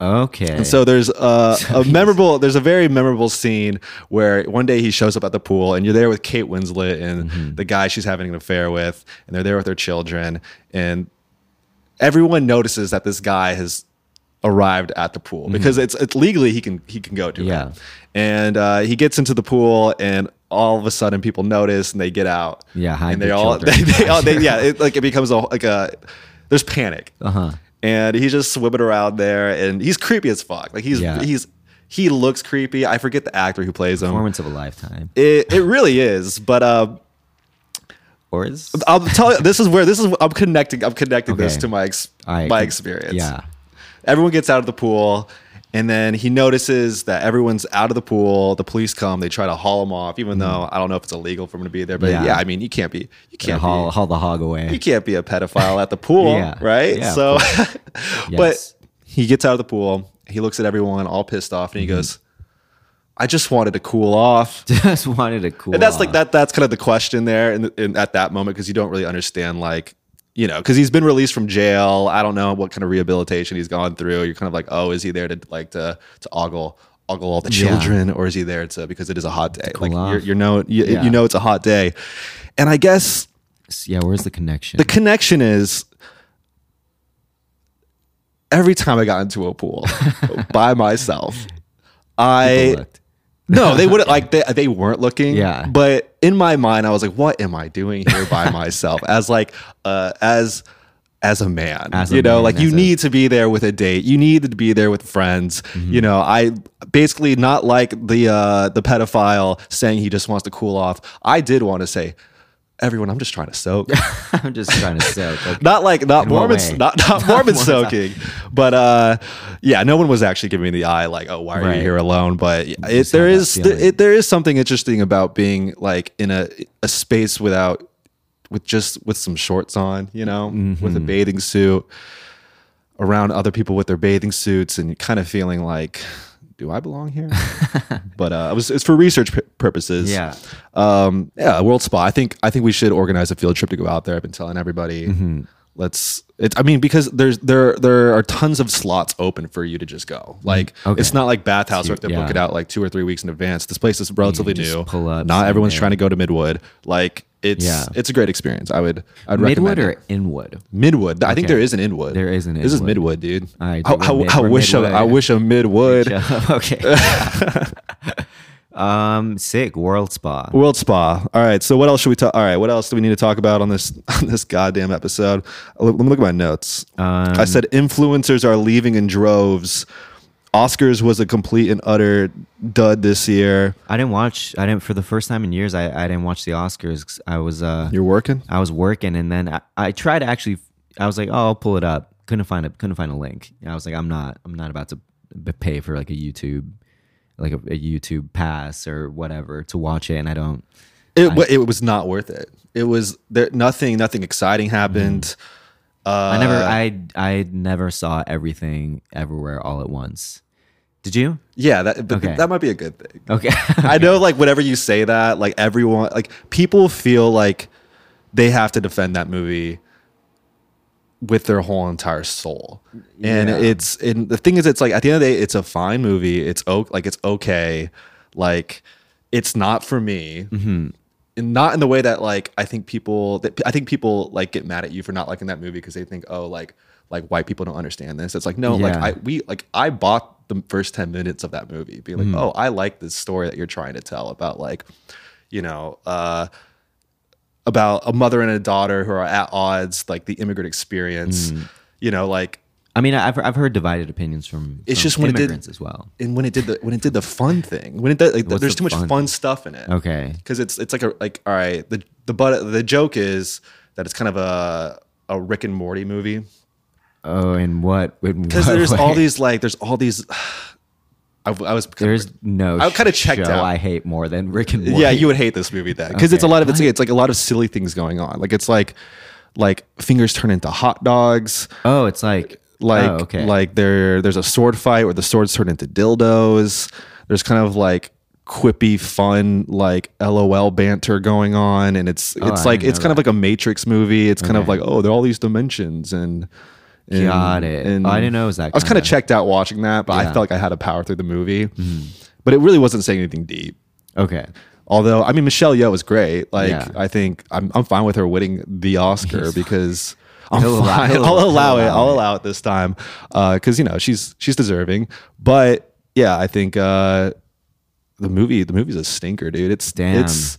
[SPEAKER 1] Okay,
[SPEAKER 2] [LAUGHS] So there's a,
[SPEAKER 1] [LAUGHS]
[SPEAKER 2] a memorable, there's a very memorable scene where one day he shows up at the pool and you're there with Kate Winslet and
[SPEAKER 1] Mm-hmm.
[SPEAKER 2] the guy she's having an affair with, and they're there with their children, and everyone notices that this guy has arrived at the pool because it's, it's legally he can he can go to
[SPEAKER 1] Mm-hmm. Yeah.
[SPEAKER 2] it, and uh, he gets into the pool and all of a sudden people notice and they get out,
[SPEAKER 1] Yeah, hide
[SPEAKER 2] and they
[SPEAKER 1] the
[SPEAKER 2] all [LAUGHS]
[SPEAKER 1] children.
[SPEAKER 2] they, they all they, yeah, it, like it becomes a like a there's panic,
[SPEAKER 1] uh huh.
[SPEAKER 2] and he's just swimming around there and he's creepy as fuck like he's
[SPEAKER 1] Yeah.
[SPEAKER 2] he's he looks creepy i forget the actor who plays him
[SPEAKER 1] Performance of a lifetime,
[SPEAKER 2] it, it really is but uh,
[SPEAKER 1] or is
[SPEAKER 2] i'll tell you this is where this is i'm connecting i'm connecting this
[SPEAKER 1] Okay.
[SPEAKER 2] to my ex,
[SPEAKER 1] I-
[SPEAKER 2] my experience
[SPEAKER 1] Yeah,
[SPEAKER 2] everyone gets out of the pool and then he notices that everyone's out of the pool the police come they try to haul him off even though i don't know if it's illegal for him to be there but yeah,
[SPEAKER 1] Mm-hmm. Yeah.
[SPEAKER 2] i mean you can't be you
[SPEAKER 1] yeah
[SPEAKER 2] can't be-
[SPEAKER 1] haul, haul the hog [LAUGHS]
[SPEAKER 2] you
[SPEAKER 1] away.
[SPEAKER 2] can't be a pedophile at the pool,
[SPEAKER 1] Yeah.
[SPEAKER 2] right?
[SPEAKER 1] Yeah, of
[SPEAKER 2] so,
[SPEAKER 1] Yes.
[SPEAKER 2] [LAUGHS] but he gets out of the pool. He looks at everyone all pissed off, and he goes, "I just wanted to cool off."
[SPEAKER 1] Just wanted Mm-hmm. to cool.
[SPEAKER 2] And that's like
[SPEAKER 1] off.
[SPEAKER 2] that. That's kind of the question there, and in, at that moment, because you don't really understand, like you know, because he's been released from jail. I don't know what kind of rehabilitation he's gone through. You're kind of like, oh, is he there to like to to ogle ogle all the
[SPEAKER 1] Yeah.
[SPEAKER 2] children, or is he there to because it is a hot day? like
[SPEAKER 1] off.
[SPEAKER 2] you're, you're know you,
[SPEAKER 1] Yeah.
[SPEAKER 2] you know it's a hot day, and I guess
[SPEAKER 1] Yeah, where's the connection?
[SPEAKER 2] the connection is every time I got into
[SPEAKER 1] [LAUGHS]
[SPEAKER 2] a pool by myself, I
[SPEAKER 1] Looked. [LAUGHS]
[SPEAKER 2] no, they wouldn't like they they weren't looking.
[SPEAKER 1] Yeah.
[SPEAKER 2] But in my mind, I was like, what am I doing here
[SPEAKER 1] [LAUGHS]
[SPEAKER 2] by myself? as like uh as as a man.
[SPEAKER 1] As a
[SPEAKER 2] you know,
[SPEAKER 1] man,
[SPEAKER 2] like you
[SPEAKER 1] as a-
[SPEAKER 2] need to be there with a date. You need to be there with friends.
[SPEAKER 1] Mm-hmm.
[SPEAKER 2] You know, I basically not like the uh the pedophile saying he just wants to cool off. I did want to say, everyone, I'm just trying to soak
[SPEAKER 1] I'm just trying to
[SPEAKER 2] [LAUGHS]
[SPEAKER 1] soak. Okay.
[SPEAKER 2] not like not
[SPEAKER 1] In what
[SPEAKER 2] Mormon,
[SPEAKER 1] way?
[SPEAKER 2] not
[SPEAKER 1] [LAUGHS]
[SPEAKER 2] not Mormon soaking, but uh, yeah, no one was actually giving me the eye like, oh, why are you
[SPEAKER 1] Right.
[SPEAKER 2] here alone? But it,
[SPEAKER 1] have
[SPEAKER 2] there
[SPEAKER 1] that
[SPEAKER 2] is there,
[SPEAKER 1] feeling.
[SPEAKER 2] it, there is something interesting about being like in a a space without with just with some shorts on, you know, with a
[SPEAKER 1] Mm-hmm.
[SPEAKER 2] bathing suit around other people with their bathing suits and kind of feeling like. Do I belong
[SPEAKER 1] [LAUGHS]
[SPEAKER 2] here? but uh, it was, it's for research pu- purposes
[SPEAKER 1] Yeah.
[SPEAKER 2] um, yeah, World Spa. I think I think we should organize a field trip to go out there. I've been telling everybody.
[SPEAKER 1] Mm-hmm.
[SPEAKER 2] Let's. It, I mean, because there's there there are tons of slots open for you to just go. Like
[SPEAKER 1] Mm-hmm. Okay.
[SPEAKER 2] it's not like bathhouse where you have to
[SPEAKER 1] Yeah.
[SPEAKER 2] book it out like two or three weeks in advance. This place is relatively
[SPEAKER 1] just
[SPEAKER 2] new.
[SPEAKER 1] pull up
[SPEAKER 2] not everyone's
[SPEAKER 1] somewhere.
[SPEAKER 2] trying to go to Midwood. Like it's
[SPEAKER 1] Yeah.
[SPEAKER 2] it's a great experience. I would I'd
[SPEAKER 1] Midwood
[SPEAKER 2] recommend
[SPEAKER 1] or
[SPEAKER 2] it.
[SPEAKER 1] Inwood?
[SPEAKER 2] [LAUGHS] Midwood. I think
[SPEAKER 1] Okay.
[SPEAKER 2] there is an Inwood.
[SPEAKER 1] There is an
[SPEAKER 2] This is
[SPEAKER 1] Inwood.
[SPEAKER 2] Midwood, dude.
[SPEAKER 1] All right,
[SPEAKER 2] I,
[SPEAKER 1] dude, we're
[SPEAKER 2] I,
[SPEAKER 1] mid-
[SPEAKER 2] I
[SPEAKER 1] we're
[SPEAKER 2] wish a, I
[SPEAKER 1] Midwood.
[SPEAKER 2] wish a Midwood
[SPEAKER 1] [LAUGHS] okay. [LAUGHS] um, sick World Spa.
[SPEAKER 2] World Spa. All right. So what else should we talk? All right. What else do we need to talk about on this [LAUGHS] on this goddamn episode? Let me look at my notes.
[SPEAKER 1] Um,
[SPEAKER 2] I said influencers are leaving in droves. Oscars was a complete and utter dud this year.
[SPEAKER 1] I didn't watch. I didn't for the first time in years. I, I didn't watch the Oscars. 'cause I was uh
[SPEAKER 2] You're working.
[SPEAKER 1] I was working, and then I, I tried to actually. I was like, oh, I'll pull it up. Couldn't find a couldn't find a link. And I was like, I'm not I'm not about to b- pay for like a YouTube like a, a YouTube pass or whatever to watch it, and I don't.
[SPEAKER 2] It wa- it was not worth it. It was there. Nothing. Nothing exciting happened. Uh,
[SPEAKER 1] Mm. I never I I never saw everything everywhere all at once. Did you?
[SPEAKER 2] Yeah. That but
[SPEAKER 1] Okay.
[SPEAKER 2] that might be a good thing.
[SPEAKER 1] Okay. [LAUGHS]
[SPEAKER 2] I know, like, whenever you say that, like, everyone, like, people feel like they have to defend that movie with their whole entire soul. And it's and the thing is, it's like at the end of the day, it's a fine movie. It's o- like it's okay. Like it's not for me. And not in the way that like I think people that I think people like get mad at you for not liking that movie because they think oh like like white people don't understand this. It's like no like
[SPEAKER 1] Yeah.
[SPEAKER 2] I we like I bought the first 10 minutes of that movie being like oh I like this story that you're trying to tell about like you know uh about a mother and a daughter who are at odds, like the immigrant experience,
[SPEAKER 1] Mm.
[SPEAKER 2] you know, like
[SPEAKER 1] I mean, I've I've heard divided opinions from
[SPEAKER 2] It's
[SPEAKER 1] from
[SPEAKER 2] just when it did-
[SPEAKER 1] immigrants as well.
[SPEAKER 2] and when it did the when it did the fun thing, when it did like
[SPEAKER 1] What's
[SPEAKER 2] there's
[SPEAKER 1] the
[SPEAKER 2] too much
[SPEAKER 1] fun Oh.
[SPEAKER 2] fun, stuff in it.
[SPEAKER 1] Okay,
[SPEAKER 2] Because it's it's like a like all right, the the but the joke is that it's kind of a a Rick and Morty movie.
[SPEAKER 1] Oh, and what?
[SPEAKER 2] Because
[SPEAKER 1] [LAUGHS]
[SPEAKER 2] there's all these like there's all these [SIGHS] I, I was
[SPEAKER 1] There's no.
[SPEAKER 2] I kinda checked
[SPEAKER 1] show
[SPEAKER 2] out.
[SPEAKER 1] I hate more than Rick and Morty.
[SPEAKER 2] Yeah, you would hate this movie then because it's a
[SPEAKER 1] Okay.
[SPEAKER 2] lot of it's like, it's like a lot of silly things going on. Like it's like like fingers turn into hot dogs.
[SPEAKER 1] Oh, it's like
[SPEAKER 2] like
[SPEAKER 1] oh, okay.
[SPEAKER 2] like there there's a sword fight where the swords turn into dildos. There's kind of like quippy fun like LOL banter going on and it's it's
[SPEAKER 1] Oh, I
[SPEAKER 2] like
[SPEAKER 1] didn't
[SPEAKER 2] it's
[SPEAKER 1] know
[SPEAKER 2] kind of like a matrix movie. It's kind of like oh, there are all these dimensions and, and
[SPEAKER 1] Got it. Oh, I didn't know it was that
[SPEAKER 2] I was kind
[SPEAKER 1] kinda-
[SPEAKER 2] of checked out watching that, but I
[SPEAKER 1] Yeah. Mm-hmm.
[SPEAKER 2] felt like I had to power through the movie. But it really wasn't saying anything deep.
[SPEAKER 1] okay.
[SPEAKER 2] Although, I mean, Michelle Yeoh was great. Like,
[SPEAKER 1] Yeah.
[SPEAKER 2] I think I'm, I'm fine with her winning the Oscar because
[SPEAKER 1] [LAUGHS]
[SPEAKER 2] I'm
[SPEAKER 1] He'll allow-
[SPEAKER 2] fine.
[SPEAKER 1] he'll-
[SPEAKER 2] I'll
[SPEAKER 1] he'll
[SPEAKER 2] allow it.
[SPEAKER 1] allow
[SPEAKER 2] I'll allow it this time because you know she's she's deserving. But yeah, I think uh, the movie the movie's a stinker, dude. It's
[SPEAKER 1] Damn.
[SPEAKER 2] it's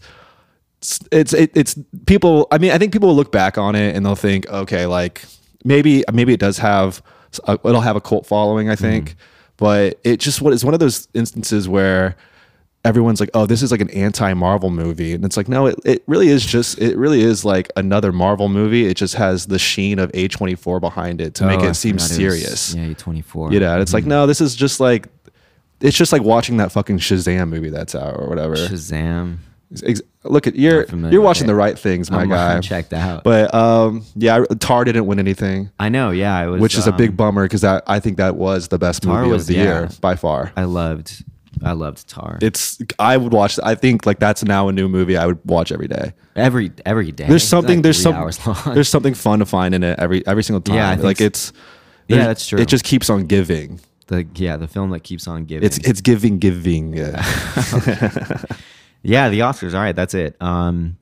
[SPEAKER 2] it's it's, it, it's people. I mean, I think people will look back on it and they'll think, okay, like maybe maybe it does have uh, it'll have a cult following. I think,
[SPEAKER 1] Mm-hmm.
[SPEAKER 2] but it just what is one of those instances where everyone's like, oh, this is like an anti-Marvel movie, and it's like, no, it, it really is just it really is like another Marvel movie. It just has the sheen of A twenty four behind it to make
[SPEAKER 1] Oh, I
[SPEAKER 2] it seem
[SPEAKER 1] forgot
[SPEAKER 2] serious.
[SPEAKER 1] Was, yeah, you're 24.
[SPEAKER 2] You know, and it's like, no, this is just like. It's just like watching that fucking Shazam movie that's out or whatever.
[SPEAKER 1] Shazam.
[SPEAKER 2] Ex- look at you're
[SPEAKER 1] familiar
[SPEAKER 2] you're
[SPEAKER 1] with
[SPEAKER 2] watching
[SPEAKER 1] it.
[SPEAKER 2] the right things, my
[SPEAKER 1] I'm
[SPEAKER 2] guy.
[SPEAKER 1] [LAUGHS] checked out.
[SPEAKER 2] But um, yeah, I- Tar didn't win anything,
[SPEAKER 1] I know. Yeah, I was.
[SPEAKER 2] which is a big
[SPEAKER 1] um,
[SPEAKER 2] bummer because I I think that was the best
[SPEAKER 1] Tar
[SPEAKER 2] movie
[SPEAKER 1] was-
[SPEAKER 2] of the
[SPEAKER 1] yeah.
[SPEAKER 2] year by far.
[SPEAKER 1] I loved. I loved Tar.
[SPEAKER 2] It's I would watch. I think like that's now a new movie I would watch every day.
[SPEAKER 1] every every day.
[SPEAKER 2] There's something.
[SPEAKER 1] Like
[SPEAKER 2] there's
[SPEAKER 1] three
[SPEAKER 2] some.
[SPEAKER 1] Hours [LAUGHS] long.
[SPEAKER 2] There's something fun to find in it every every single time.
[SPEAKER 1] Yeah, I think
[SPEAKER 2] like
[SPEAKER 1] s-
[SPEAKER 2] it's.
[SPEAKER 1] Yeah,
[SPEAKER 2] there's-
[SPEAKER 1] that's true.
[SPEAKER 2] It just keeps on giving.
[SPEAKER 1] the yeah the film that keeps on giving.
[SPEAKER 2] It's it's giving giving. Yeah.
[SPEAKER 1] [LAUGHS] yeah, the Oscars. All right, that's it. Um,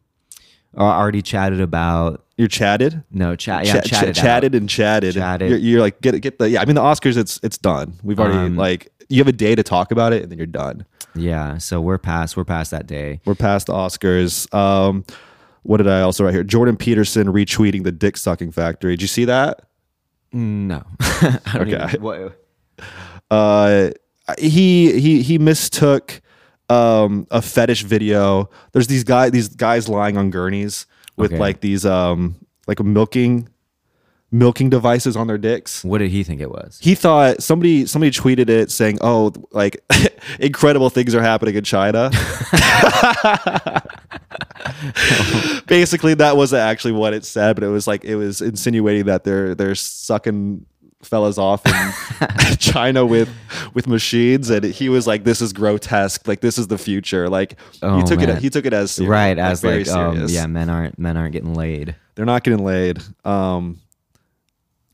[SPEAKER 1] I already chatted about
[SPEAKER 2] You're chatted.
[SPEAKER 1] no chat. Yeah,
[SPEAKER 2] Ch- ch-
[SPEAKER 1] chatted. out.
[SPEAKER 2] chatted and chatted.
[SPEAKER 1] Chatted.
[SPEAKER 2] You're, you're like get it, get the yeah. I mean the Oscars, it's it's done. We've already
[SPEAKER 1] Um,
[SPEAKER 2] like you have a day to talk about it, and then you're done.
[SPEAKER 1] Yeah, so we're past we're past that day.
[SPEAKER 2] We're past the Oscars. Um, what did I also write here? Jordan Peterson retweeting the dick sucking factory. Did you see that?
[SPEAKER 1] No. [LAUGHS] I don't
[SPEAKER 2] Okay.
[SPEAKER 1] even- what-
[SPEAKER 2] Uh, he he he mistook um a fetish video. There's these guy these guys lying on gurneys with
[SPEAKER 1] Okay.
[SPEAKER 2] like these um like milking milking devices on their dicks.
[SPEAKER 1] what did he think it was?
[SPEAKER 2] he thought somebody somebody tweeted it saying, "Oh, like [LAUGHS] incredible things are happening in China." [LAUGHS] Basically, that wasn't actually what it said, but it was like it was insinuating that they're they're sucking fellas off in [LAUGHS] China with with machines, and he was like, "This is grotesque. Like this is the future." Like
[SPEAKER 1] Oh,
[SPEAKER 2] he took
[SPEAKER 1] man.
[SPEAKER 2] it he took it as serious,
[SPEAKER 1] Right, as
[SPEAKER 2] very
[SPEAKER 1] like um,
[SPEAKER 2] serious.
[SPEAKER 1] yeah, men aren't men aren't getting laid.
[SPEAKER 2] they're not getting laid. Um,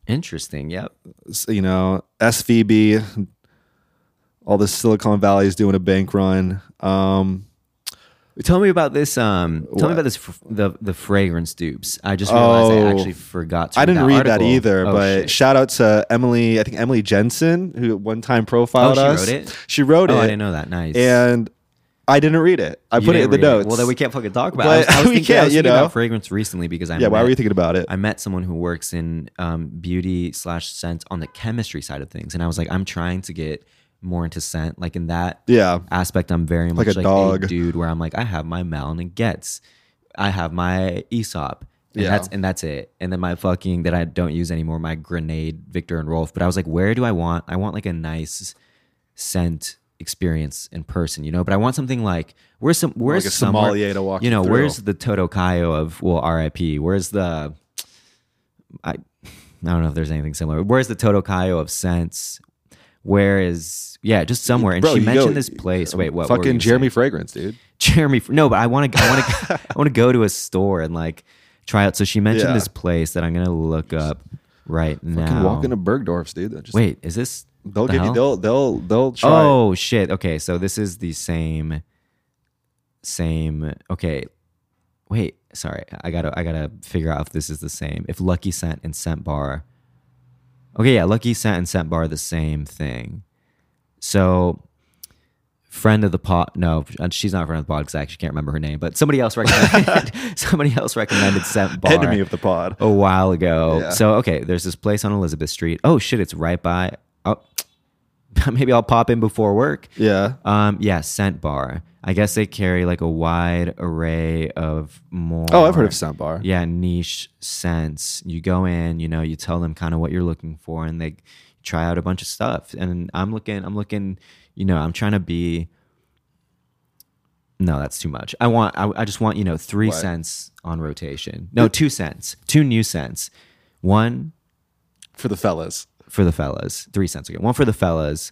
[SPEAKER 1] Interesting. Yep.
[SPEAKER 2] s- you know, SVB, all the Silicon Valley is doing a bank run. Um,
[SPEAKER 1] Tell me about this. Um, tell
[SPEAKER 2] What?
[SPEAKER 1] me about this. Fr- the the fragrance dupes. I just realized I
[SPEAKER 2] Oh.
[SPEAKER 1] actually forgot. To
[SPEAKER 2] I didn't read that
[SPEAKER 1] article.
[SPEAKER 2] either,
[SPEAKER 1] Oh,
[SPEAKER 2] but
[SPEAKER 1] shit.
[SPEAKER 2] shout out to Emily, I think Emily Jensen, who at one time profiled
[SPEAKER 1] Oh, she
[SPEAKER 2] us.
[SPEAKER 1] wrote it?
[SPEAKER 2] She wrote
[SPEAKER 1] oh,
[SPEAKER 2] it.
[SPEAKER 1] I didn't know that. Nice.
[SPEAKER 2] And I didn't read it. I
[SPEAKER 1] You
[SPEAKER 2] put it
[SPEAKER 1] didn't
[SPEAKER 2] in the
[SPEAKER 1] read
[SPEAKER 2] notes.
[SPEAKER 1] Well, then we can't fucking talk about. it. I was,
[SPEAKER 2] But
[SPEAKER 1] I
[SPEAKER 2] [LAUGHS]
[SPEAKER 1] was
[SPEAKER 2] we
[SPEAKER 1] thinking, I was
[SPEAKER 2] can't, you
[SPEAKER 1] thinking
[SPEAKER 2] know.
[SPEAKER 1] about fragrance recently because I
[SPEAKER 2] yeah, why were
[SPEAKER 1] met-
[SPEAKER 2] you thinking about it?
[SPEAKER 1] I met someone who works in um, beauty slash scent on the chemistry side of things, and I was like, I'm trying to get more into scent, like in that
[SPEAKER 2] yeah.
[SPEAKER 1] aspect. I'm very much
[SPEAKER 2] a
[SPEAKER 1] like, a,
[SPEAKER 2] dog.
[SPEAKER 1] dude, where I'm like, I have my Malin and Getz, I have my Aesop, and
[SPEAKER 2] Yeah.
[SPEAKER 1] that's and that's it. And then my fucking that I don't use anymore, my Grenade, Victor and Rolf. But I was like, where do I want? I want like a nice scent experience in person, you know. But I want something like where's some where's
[SPEAKER 2] a
[SPEAKER 1] somewhere-
[SPEAKER 2] sommelier to walk
[SPEAKER 1] you
[SPEAKER 2] you
[SPEAKER 1] know
[SPEAKER 2] through.
[SPEAKER 1] where's the Toto Kayo of well R.I.P. Where's the I I don't know if there's anything similar. Where's the Toto Kayo of scents? Where is yeah, just somewhere. And
[SPEAKER 2] Bro,
[SPEAKER 1] she
[SPEAKER 2] you go-
[SPEAKER 1] mentioned this place. Wait, what? what were you
[SPEAKER 2] fucking
[SPEAKER 1] gonna say?
[SPEAKER 2] Jeremy Fragrance, dude.
[SPEAKER 1] Jeremy. No, but I want to. I want to.
[SPEAKER 2] [LAUGHS]
[SPEAKER 1] I want to go to a store and like try out. So she mentioned
[SPEAKER 2] Yeah.
[SPEAKER 1] this place that I'm gonna look up. right
[SPEAKER 2] Fucking
[SPEAKER 1] now.
[SPEAKER 2] walk into Bergdorf's, dude. They'll Just,
[SPEAKER 1] Wait, is this?
[SPEAKER 2] they'll
[SPEAKER 1] the
[SPEAKER 2] give you.
[SPEAKER 1] hell?
[SPEAKER 2] They'll they'll they'll try.
[SPEAKER 1] Oh shit. Okay, so this is the same same okay. Wait, sorry. I got to I got to figure out if this is the same. If Lucky Scent and Scent Bar Okay, yeah, Lucky Scent and Scent Bar are the same thing. So friend of the pod no uh, she's not a friend of the pod because i actually can't remember her name but somebody else recommended somebody else recommended scent bar
[SPEAKER 2] enemy of the pod.
[SPEAKER 1] a while ago.
[SPEAKER 2] Yeah.
[SPEAKER 1] So okay, there's this place on Elizabeth Street. Oh shit, it's right by. Oh, [LAUGHS] maybe I'll pop in before work.
[SPEAKER 2] Yeah.
[SPEAKER 1] Um, yeah, Scent Bar. I guess they carry like a wide array of more.
[SPEAKER 2] Oh, I've heard of Scent Bar.
[SPEAKER 1] Yeah, niche scents. You go in, you know, you tell them kind of what you're looking for, and they try out a bunch of stuff. And I'm looking, I'm looking, you know, I'm trying to be. No, that's too much. I want, I, I just want, you know, three
[SPEAKER 2] What?
[SPEAKER 1] cents on rotation. No, two cents, two new cents. One
[SPEAKER 2] For the fellas.
[SPEAKER 1] for the fellas, three cents again. One for the fellas.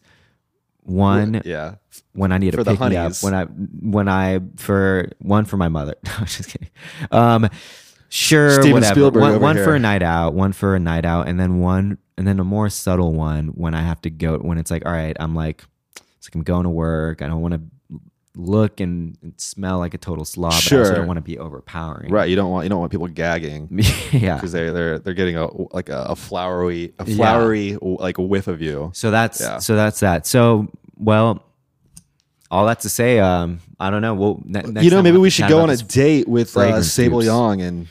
[SPEAKER 1] One
[SPEAKER 2] Yeah.
[SPEAKER 1] when I need
[SPEAKER 2] For
[SPEAKER 1] to
[SPEAKER 2] the
[SPEAKER 1] pick me up.
[SPEAKER 2] honeys.
[SPEAKER 1] When I when I for one for my mother. [LAUGHS] No, I'm just kidding. Um, sure,
[SPEAKER 2] Steven
[SPEAKER 1] whatever.
[SPEAKER 2] Spielberg
[SPEAKER 1] one
[SPEAKER 2] over
[SPEAKER 1] one for
[SPEAKER 2] here.
[SPEAKER 1] a night out, one for a night out, and then one and then a more subtle one when I have to go. When it's like, all right, I'm like, it's like I'm going to work. I don't want to look and, and smell like a total slob. But I also
[SPEAKER 2] Sure.
[SPEAKER 1] don't want to be overpowering.
[SPEAKER 2] Right. You don't want you don't want people gagging
[SPEAKER 1] [LAUGHS] yeah.
[SPEAKER 2] because they they're they're getting a like a, a flowery a flowery like whiff of you.
[SPEAKER 1] So that's
[SPEAKER 2] Yeah.
[SPEAKER 1] so that's that. So well, all that to say, um, I don't know. Well, ne- next
[SPEAKER 2] you know,
[SPEAKER 1] time
[SPEAKER 2] maybe
[SPEAKER 1] we'll
[SPEAKER 2] we
[SPEAKER 1] have to
[SPEAKER 2] should
[SPEAKER 1] chat
[SPEAKER 2] go
[SPEAKER 1] about
[SPEAKER 2] on a
[SPEAKER 1] this
[SPEAKER 2] date with uh,
[SPEAKER 1] fragrance
[SPEAKER 2] Sable
[SPEAKER 1] dupes.
[SPEAKER 2] Young and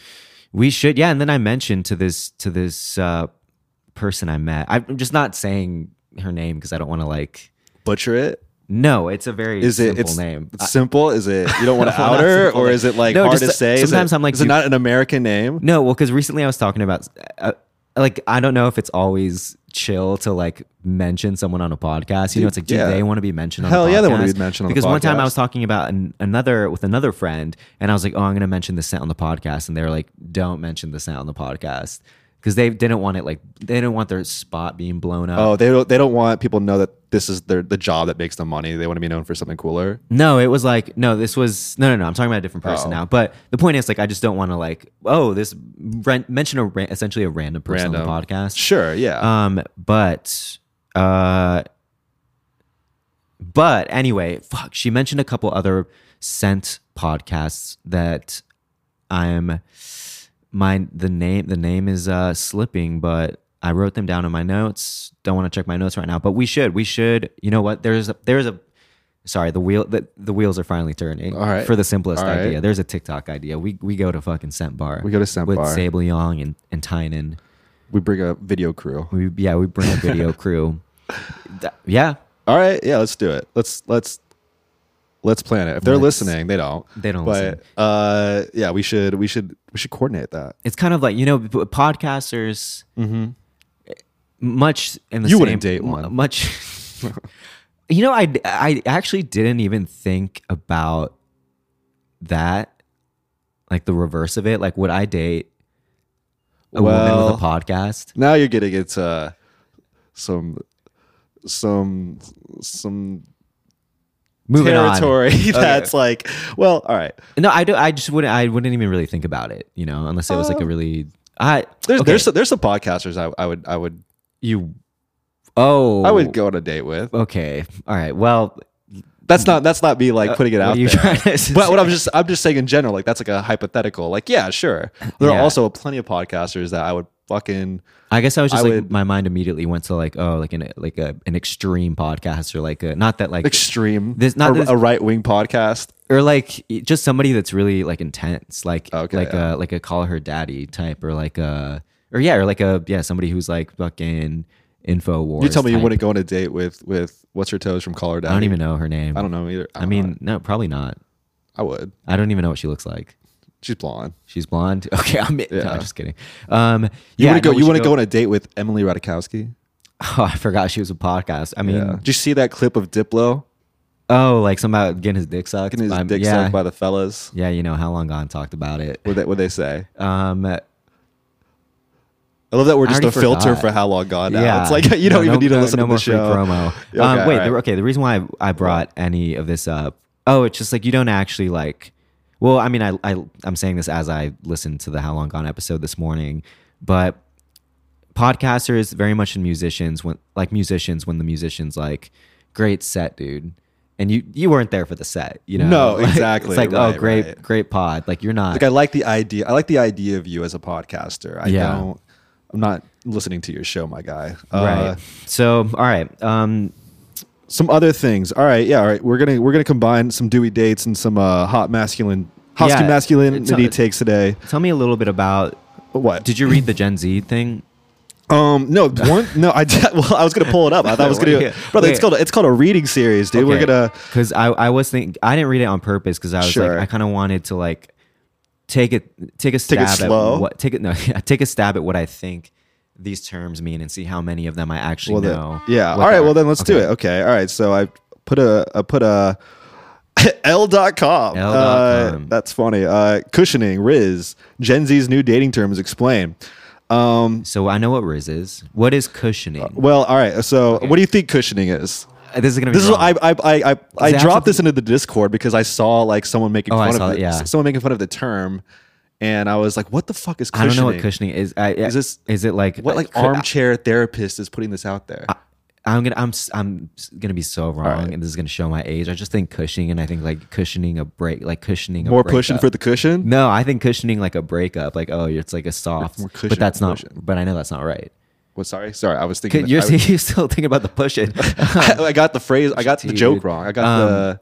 [SPEAKER 1] We should, yeah. And then I mentioned to this to this uh, person I met. I'm just not saying her name because I don't want to like.
[SPEAKER 2] butcher it.
[SPEAKER 1] No, it's a very
[SPEAKER 2] Is it
[SPEAKER 1] simple
[SPEAKER 2] it's
[SPEAKER 1] name.
[SPEAKER 2] It's simple. Is it you [LAUGHS] don't want to
[SPEAKER 1] Well, not
[SPEAKER 2] out her,
[SPEAKER 1] simple
[SPEAKER 2] or
[SPEAKER 1] name.
[SPEAKER 2] is it like
[SPEAKER 1] No,
[SPEAKER 2] hard
[SPEAKER 1] just
[SPEAKER 2] to
[SPEAKER 1] that-
[SPEAKER 2] say? Is
[SPEAKER 1] sometimes
[SPEAKER 2] it-
[SPEAKER 1] I'm like,
[SPEAKER 2] is it
[SPEAKER 1] you-
[SPEAKER 2] not an American name?
[SPEAKER 1] no, well, because recently I was talking about uh, like I don't know if it's always chill to like mention someone on a podcast. You know, it's like do
[SPEAKER 2] Yeah.
[SPEAKER 1] they want to be mentioned? on
[SPEAKER 2] Hell
[SPEAKER 1] a podcast?
[SPEAKER 2] yeah, they wanna be mentioned on the
[SPEAKER 1] Because one time
[SPEAKER 2] podcast.
[SPEAKER 1] I was talking about an, another with another friend, and I was like, oh, I'm going to mention this scent on the podcast, and they were like, don't mention the scent on the podcast. Because they didn't want it like they didn't want their spot being blown up.
[SPEAKER 2] Oh, they don't. They don't want people to know that this is their the job that makes them money. They want to be known for something cooler.
[SPEAKER 1] No, it was like no. This was no, no, no. I'm talking about a different person
[SPEAKER 2] Oh.
[SPEAKER 1] now. But the point is, like, I just don't want to like oh, this ran- mention a ran- essentially a random person on
[SPEAKER 2] Random.
[SPEAKER 1] the podcast.
[SPEAKER 2] Sure. Yeah.
[SPEAKER 1] Um, but uh, but anyway, fuck. She mentioned a couple other scent podcasts that I'm my the name the name is uh slipping, but I wrote them down in my notes. Don't want to check my notes right now, but we should. We should. You know what? There's a there's a sorry, the wheel the, the wheels are finally turning.
[SPEAKER 2] All right.
[SPEAKER 1] For the simplest
[SPEAKER 2] All right.
[SPEAKER 1] idea. There's a TikTok idea. We we go to fucking scent bar.
[SPEAKER 2] We go to Scent
[SPEAKER 1] with
[SPEAKER 2] Bar.
[SPEAKER 1] Sable Young and, and Tynan.
[SPEAKER 2] we bring a video crew.
[SPEAKER 1] We yeah, we bring a
[SPEAKER 2] [LAUGHS]
[SPEAKER 1] video crew. Th- yeah.
[SPEAKER 2] All right, yeah, let's do it. Let's let's let's plan it. If they're
[SPEAKER 1] Let's-
[SPEAKER 2] listening, they don't.
[SPEAKER 1] they don't
[SPEAKER 2] But
[SPEAKER 1] listen.
[SPEAKER 2] uh, yeah, we should we should we should coordinate that.
[SPEAKER 1] It's kind of like, you know, p- podcasters much in the
[SPEAKER 2] Mm-hmm. You
[SPEAKER 1] same
[SPEAKER 2] wouldn't date one.
[SPEAKER 1] Much [LAUGHS] You know, I I actually didn't even think about that like the reverse of it. Like would I date a woman
[SPEAKER 2] Well-
[SPEAKER 1] with a podcast?
[SPEAKER 2] Now you're getting into some some some
[SPEAKER 1] Moving
[SPEAKER 2] territory [LAUGHS]
[SPEAKER 1] on. Okay.
[SPEAKER 2] that's like well, all right.
[SPEAKER 1] No, I do I just wouldn't I wouldn't even really think about it, you know, unless it was like a really I
[SPEAKER 2] Uh, There's
[SPEAKER 1] okay,
[SPEAKER 2] there's some, there's some podcasters I, I would I would
[SPEAKER 1] you Oh
[SPEAKER 2] I would go on a date with.
[SPEAKER 1] Okay. All right. Well,
[SPEAKER 2] That's not that's not me like putting it
[SPEAKER 1] Uh, what
[SPEAKER 2] out
[SPEAKER 1] are you
[SPEAKER 2] there.
[SPEAKER 1] trying to
[SPEAKER 2] But what I'm just I'm just saying in general, like that's like a hypothetical. Like, yeah, sure. There
[SPEAKER 1] Yeah.
[SPEAKER 2] are also plenty of podcasters that I would fucking
[SPEAKER 1] I guess I was just
[SPEAKER 2] I
[SPEAKER 1] like
[SPEAKER 2] would-
[SPEAKER 1] my mind immediately went to like oh like an like a an extreme podcast or like a not that like
[SPEAKER 2] extreme
[SPEAKER 1] This- not
[SPEAKER 2] a,
[SPEAKER 1] this-
[SPEAKER 2] a right wing podcast.
[SPEAKER 1] or like e, just somebody that's really like intense like
[SPEAKER 2] Okay,
[SPEAKER 1] like a like a call her daddy type or like a or yeah or like a yeah somebody who's like fucking info war.
[SPEAKER 2] You tell me you wouldn't go on a date with with what's her toes from Colorado.
[SPEAKER 1] I don't even know her name.
[SPEAKER 2] I don't know either. I,
[SPEAKER 1] I
[SPEAKER 2] don't know.
[SPEAKER 1] mean, no, probably not.
[SPEAKER 2] I would.
[SPEAKER 1] I don't even know what she looks like.
[SPEAKER 2] She's blonde.
[SPEAKER 1] She's blonde. [LAUGHS] Okay, I'm, no,
[SPEAKER 2] Yeah.
[SPEAKER 1] I'm just kidding. Um,
[SPEAKER 2] You
[SPEAKER 1] yeah,
[SPEAKER 2] want to
[SPEAKER 1] no, we
[SPEAKER 2] go? You
[SPEAKER 1] should
[SPEAKER 2] want to go on a date with Emily Ratajkowski?
[SPEAKER 1] [LAUGHS] Oh, I forgot she was a podcast. I mean,
[SPEAKER 2] Yeah. Did you see that clip of Diplo
[SPEAKER 1] oh, like somehow getting his dick sucked.
[SPEAKER 2] getting his
[SPEAKER 1] Um,
[SPEAKER 2] dick
[SPEAKER 1] yeah,
[SPEAKER 2] sucked by the fellas?
[SPEAKER 1] Yeah, you know how long gone talked about it.
[SPEAKER 2] What they what they say?
[SPEAKER 1] Um,
[SPEAKER 2] I love that we're
[SPEAKER 1] I
[SPEAKER 2] just a
[SPEAKER 1] already
[SPEAKER 2] filter
[SPEAKER 1] forgot.
[SPEAKER 2] for how long gone now.
[SPEAKER 1] yeah,
[SPEAKER 2] It's like [LAUGHS] you
[SPEAKER 1] No,
[SPEAKER 2] don't
[SPEAKER 1] no-
[SPEAKER 2] even need to
[SPEAKER 1] no-
[SPEAKER 2] listen
[SPEAKER 1] no
[SPEAKER 2] to
[SPEAKER 1] more
[SPEAKER 2] the
[SPEAKER 1] free
[SPEAKER 2] show.
[SPEAKER 1] promo.
[SPEAKER 2] Okay,
[SPEAKER 1] um, wait,
[SPEAKER 2] all
[SPEAKER 1] the,
[SPEAKER 2] right.
[SPEAKER 1] okay. The reason why I, I brought any of this up, oh, it's just like you don't actually like. Well, I mean, I, I I'm saying this as I listened to the How Long Gone episode this morning, but podcasters very much in musicians when like musicians when the musicians like great set dude and you you weren't there for the set you know
[SPEAKER 2] No,
[SPEAKER 1] [LAUGHS] Like,
[SPEAKER 2] exactly.
[SPEAKER 1] it's like
[SPEAKER 2] Right,
[SPEAKER 1] oh great
[SPEAKER 2] right.
[SPEAKER 1] great pod like you're not
[SPEAKER 2] Like I like the idea. I like the idea of you as a podcaster. I
[SPEAKER 1] Yeah.
[SPEAKER 2] don't. I'm not listening to your show, my guy. Uh,
[SPEAKER 1] right so all right um
[SPEAKER 2] Some other things. All right. Yeah. All right. We're gonna we're gonna combine some Dewey dates and some uh, hot masculine, husky
[SPEAKER 1] Yeah,
[SPEAKER 2] masculinity
[SPEAKER 1] it's-
[SPEAKER 2] takes today.
[SPEAKER 1] tell me a little bit about
[SPEAKER 2] What
[SPEAKER 1] did you read the gen z thing
[SPEAKER 2] Um,
[SPEAKER 1] [LAUGHS]
[SPEAKER 2] no, one, no. I did- [LAUGHS] well, I was gonna pull it up. I thought I was gonna,
[SPEAKER 1] Wait,
[SPEAKER 2] brother. It's
[SPEAKER 1] wait.
[SPEAKER 2] called a, it's called a reading series, dude. We're gonna.
[SPEAKER 1] because I, I was think I didn't read it on purpose because I was
[SPEAKER 2] Sure.
[SPEAKER 1] like I kind of wanted to like take it take a stab
[SPEAKER 2] slow.
[SPEAKER 1] at what take it no [LAUGHS] yeah, take a stab at what I think these terms mean and see how many of them I actually
[SPEAKER 2] Well, then,
[SPEAKER 1] know.
[SPEAKER 2] yeah.
[SPEAKER 1] what
[SPEAKER 2] All right.
[SPEAKER 1] they're-
[SPEAKER 2] Well, then let's do
[SPEAKER 1] okay.
[SPEAKER 2] it. Okay. All right. So I put a I put a [LAUGHS] L.com. Uh,
[SPEAKER 1] L.com.
[SPEAKER 2] that's funny. Uh, cushioning, Riz, Gen Z's new dating terms explained.
[SPEAKER 1] So I know what Riz is. What is cushioning? Uh,
[SPEAKER 2] Well, all right. So what do you think cushioning is?
[SPEAKER 1] this is gonna be
[SPEAKER 2] This is
[SPEAKER 1] wrong.
[SPEAKER 2] what I I I I, I
[SPEAKER 1] it have
[SPEAKER 2] dropped this
[SPEAKER 1] something-
[SPEAKER 2] into the Discord because I saw like someone making
[SPEAKER 1] Oh, I
[SPEAKER 2] fun
[SPEAKER 1] saw
[SPEAKER 2] of
[SPEAKER 1] it,
[SPEAKER 2] the,
[SPEAKER 1] yeah.
[SPEAKER 2] someone making fun of the term, and I was like, what the fuck is
[SPEAKER 1] I
[SPEAKER 2] cushioning?
[SPEAKER 1] don't know what cushioning is. I, is
[SPEAKER 2] this-
[SPEAKER 1] is it like
[SPEAKER 2] What like
[SPEAKER 1] cu-
[SPEAKER 2] armchair therapist is putting this out there?
[SPEAKER 1] I'm gonna I'm s- I'm s- gonna be so wrong, and this is gonna show my age. I just think cushioning, and I think like cushioning a break, like cushioning a
[SPEAKER 2] More pushing
[SPEAKER 1] breakup.
[SPEAKER 2] for the cushion.
[SPEAKER 1] No, I think cushioning like a breakup, like oh, it's like a soft,
[SPEAKER 2] more
[SPEAKER 1] but
[SPEAKER 2] cushion
[SPEAKER 1] that's not.
[SPEAKER 2] version.
[SPEAKER 1] But I know that's not right.
[SPEAKER 2] Well, sorry, sorry. I was thinking.
[SPEAKER 1] Could-
[SPEAKER 2] that-
[SPEAKER 1] You're,
[SPEAKER 2] I-
[SPEAKER 1] [LAUGHS] you're still thinking about the push
[SPEAKER 2] [LAUGHS]
[SPEAKER 1] it. [LAUGHS]
[SPEAKER 2] I got the phrase. I got the
[SPEAKER 1] Dude.
[SPEAKER 2] joke wrong. I got the.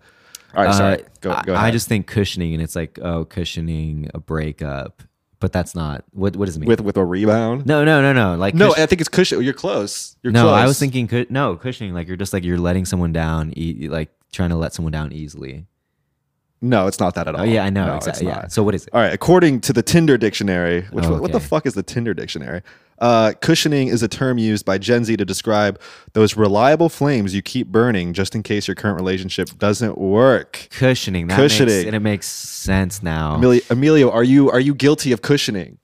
[SPEAKER 2] All right, sorry.
[SPEAKER 1] Um, Uh,
[SPEAKER 2] Go,
[SPEAKER 1] I-
[SPEAKER 2] go
[SPEAKER 1] I,
[SPEAKER 2] ahead.
[SPEAKER 1] just think cushioning, and it's like oh, cushioning a breakup, but that's not what. What does it mean?
[SPEAKER 2] with with a rebound.
[SPEAKER 1] no, no, no, no. Like
[SPEAKER 2] No,
[SPEAKER 1] cush-
[SPEAKER 2] I think it's cushion. You're close. You're
[SPEAKER 1] no.
[SPEAKER 2] close.
[SPEAKER 1] I was thinking cu- no cushioning. Like you're just like you're letting someone down, e- like trying to let someone down easily.
[SPEAKER 2] No, it's not that at all.
[SPEAKER 1] Oh yeah, I know
[SPEAKER 2] No,
[SPEAKER 1] exactly.
[SPEAKER 2] it's
[SPEAKER 1] Yeah.
[SPEAKER 2] not.
[SPEAKER 1] So what is it?
[SPEAKER 2] All right. According to the Tinder dictionary, which
[SPEAKER 1] Oh,
[SPEAKER 2] what the
[SPEAKER 1] okay.
[SPEAKER 2] fuck is the Tinder dictionary? Uh, cushioning is a term used by Gen Z to describe those reliable flames you keep burning just in case your current relationship doesn't work.
[SPEAKER 1] Cushioning. That
[SPEAKER 2] Cushioning.
[SPEAKER 1] Makes, and it makes sense now.
[SPEAKER 2] Emilio, Emilio, are you are you guilty of cushioning?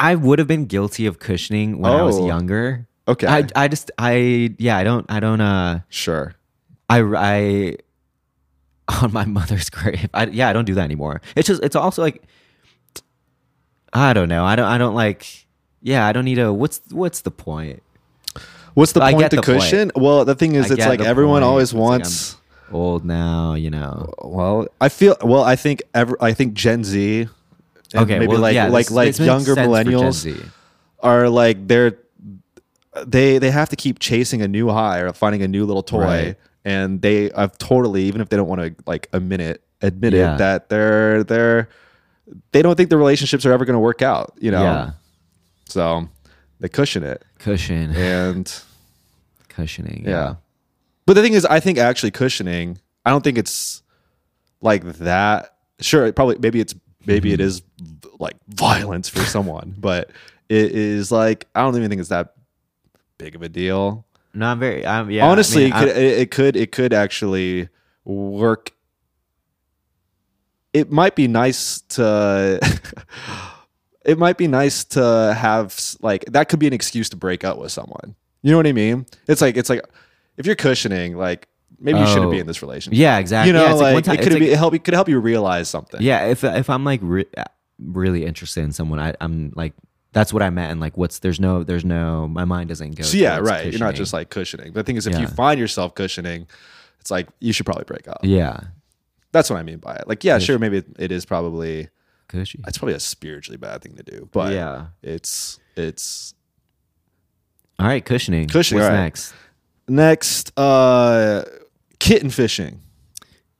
[SPEAKER 1] I would have been guilty of cushioning when I was
[SPEAKER 2] Oh.
[SPEAKER 1] younger.
[SPEAKER 2] Okay.
[SPEAKER 1] I, I just I yeah I don't I don't uh
[SPEAKER 2] Sure.
[SPEAKER 1] I I [LAUGHS] on my mother's grave I yeah I don't do that anymore. It's just it's also like I don't know I don't I don't like yeah I don't need a what's what's the point?
[SPEAKER 2] What's the
[SPEAKER 1] I
[SPEAKER 2] point
[SPEAKER 1] get
[SPEAKER 2] to
[SPEAKER 1] the point.
[SPEAKER 2] cushion? Well, the thing is,
[SPEAKER 1] I
[SPEAKER 2] it's
[SPEAKER 1] get
[SPEAKER 2] like
[SPEAKER 1] the
[SPEAKER 2] everyone
[SPEAKER 1] point.
[SPEAKER 2] always
[SPEAKER 1] It's like um, I'm-
[SPEAKER 2] wants.
[SPEAKER 1] Old now you know.
[SPEAKER 2] well, I feel. Well, I think. Ever, I think Gen Z. and
[SPEAKER 1] Okay,
[SPEAKER 2] maybe
[SPEAKER 1] well,
[SPEAKER 2] like
[SPEAKER 1] yeah, this-
[SPEAKER 2] like like
[SPEAKER 1] this makes
[SPEAKER 2] younger
[SPEAKER 1] sense for Gen
[SPEAKER 2] millennials
[SPEAKER 1] Z.
[SPEAKER 2] are like they're they they have to keep chasing a new high or finding a new little toy,
[SPEAKER 1] Right.
[SPEAKER 2] and they have totally even if they don't want to like admit it admit
[SPEAKER 1] Yeah.
[SPEAKER 2] it that they're they're they don't think the relationships are ever going to work out, you know.
[SPEAKER 1] Yeah,
[SPEAKER 2] So they cushion it
[SPEAKER 1] cushion
[SPEAKER 2] and.
[SPEAKER 1] cushioning.
[SPEAKER 2] Yeah. But the thing is, I think actually cushioning, I don't think it's like that. Sure, it probably maybe it's maybe it is like violence for someone, but it is like I don't even think it's that big of a deal.
[SPEAKER 1] No, I'm very. I'm, yeah. I
[SPEAKER 2] Honestly,
[SPEAKER 1] mean,
[SPEAKER 2] it, could, it, it could it could actually work. It might be nice to. [LAUGHS] it might be nice to have s- like that could be an excuse to break up with someone. You know what I mean? It's like it's like if you're cushioning, like maybe you shouldn't
[SPEAKER 1] Oh.
[SPEAKER 2] be in this relationship.
[SPEAKER 1] yeah, exactly.
[SPEAKER 2] You know,
[SPEAKER 1] yeah, it's
[SPEAKER 2] like,
[SPEAKER 1] one time-
[SPEAKER 2] it
[SPEAKER 1] it's
[SPEAKER 2] could
[SPEAKER 1] like-
[SPEAKER 2] be it help it could help you realize something.
[SPEAKER 1] Yeah, if if I'm like re- uh, really interested in someone, I, I'm like that's what I meant. And like, what's there's no there's no my mind doesn't go.
[SPEAKER 2] So yeah,
[SPEAKER 1] towards
[SPEAKER 2] right. You're not
[SPEAKER 1] cushioning.
[SPEAKER 2] just like cushioning. The thing is, if you
[SPEAKER 1] Yeah.
[SPEAKER 2] find yourself cushioning, it's like you should probably break up.
[SPEAKER 1] yeah,
[SPEAKER 2] That's what I mean by it. Like, yeah, sure, maybe it, it is probably
[SPEAKER 1] cushy.
[SPEAKER 2] it's probably a spiritually bad thing to do, but
[SPEAKER 1] yeah.
[SPEAKER 2] it's it's
[SPEAKER 1] All right, cushioning.
[SPEAKER 2] Cushioning,
[SPEAKER 1] What's
[SPEAKER 2] all right.
[SPEAKER 1] next?
[SPEAKER 2] next uh kitten fishing.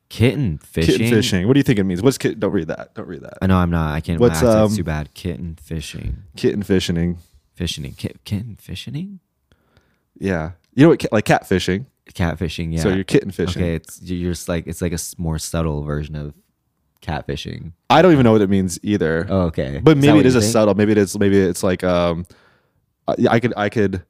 [SPEAKER 1] Kitten fishing.
[SPEAKER 2] Kitten fishing. What do you think it means? What's kitten? Don't read that. Don't read that.
[SPEAKER 1] I know I'm not. I can't. What's
[SPEAKER 2] What's,
[SPEAKER 1] my accent's
[SPEAKER 2] um,
[SPEAKER 1] too bad? Kitten fishing.
[SPEAKER 2] Kitten fishing.
[SPEAKER 1] Fishing. Ki- kitten fishing.
[SPEAKER 2] Yeah, you know what? ca- Like cat fishing.
[SPEAKER 1] Catfishing. Yeah.
[SPEAKER 2] So you're kitten fishing.
[SPEAKER 1] okay. It's you're just like it's like a s- more subtle version of catfishing.
[SPEAKER 2] I don't even know what it means either.
[SPEAKER 1] Oh, okay.
[SPEAKER 2] but
[SPEAKER 1] that
[SPEAKER 2] maybe
[SPEAKER 1] what
[SPEAKER 2] it
[SPEAKER 1] you
[SPEAKER 2] is a
[SPEAKER 1] think?
[SPEAKER 2] subtle. Maybe it is. Maybe it's like um, I, I could I could.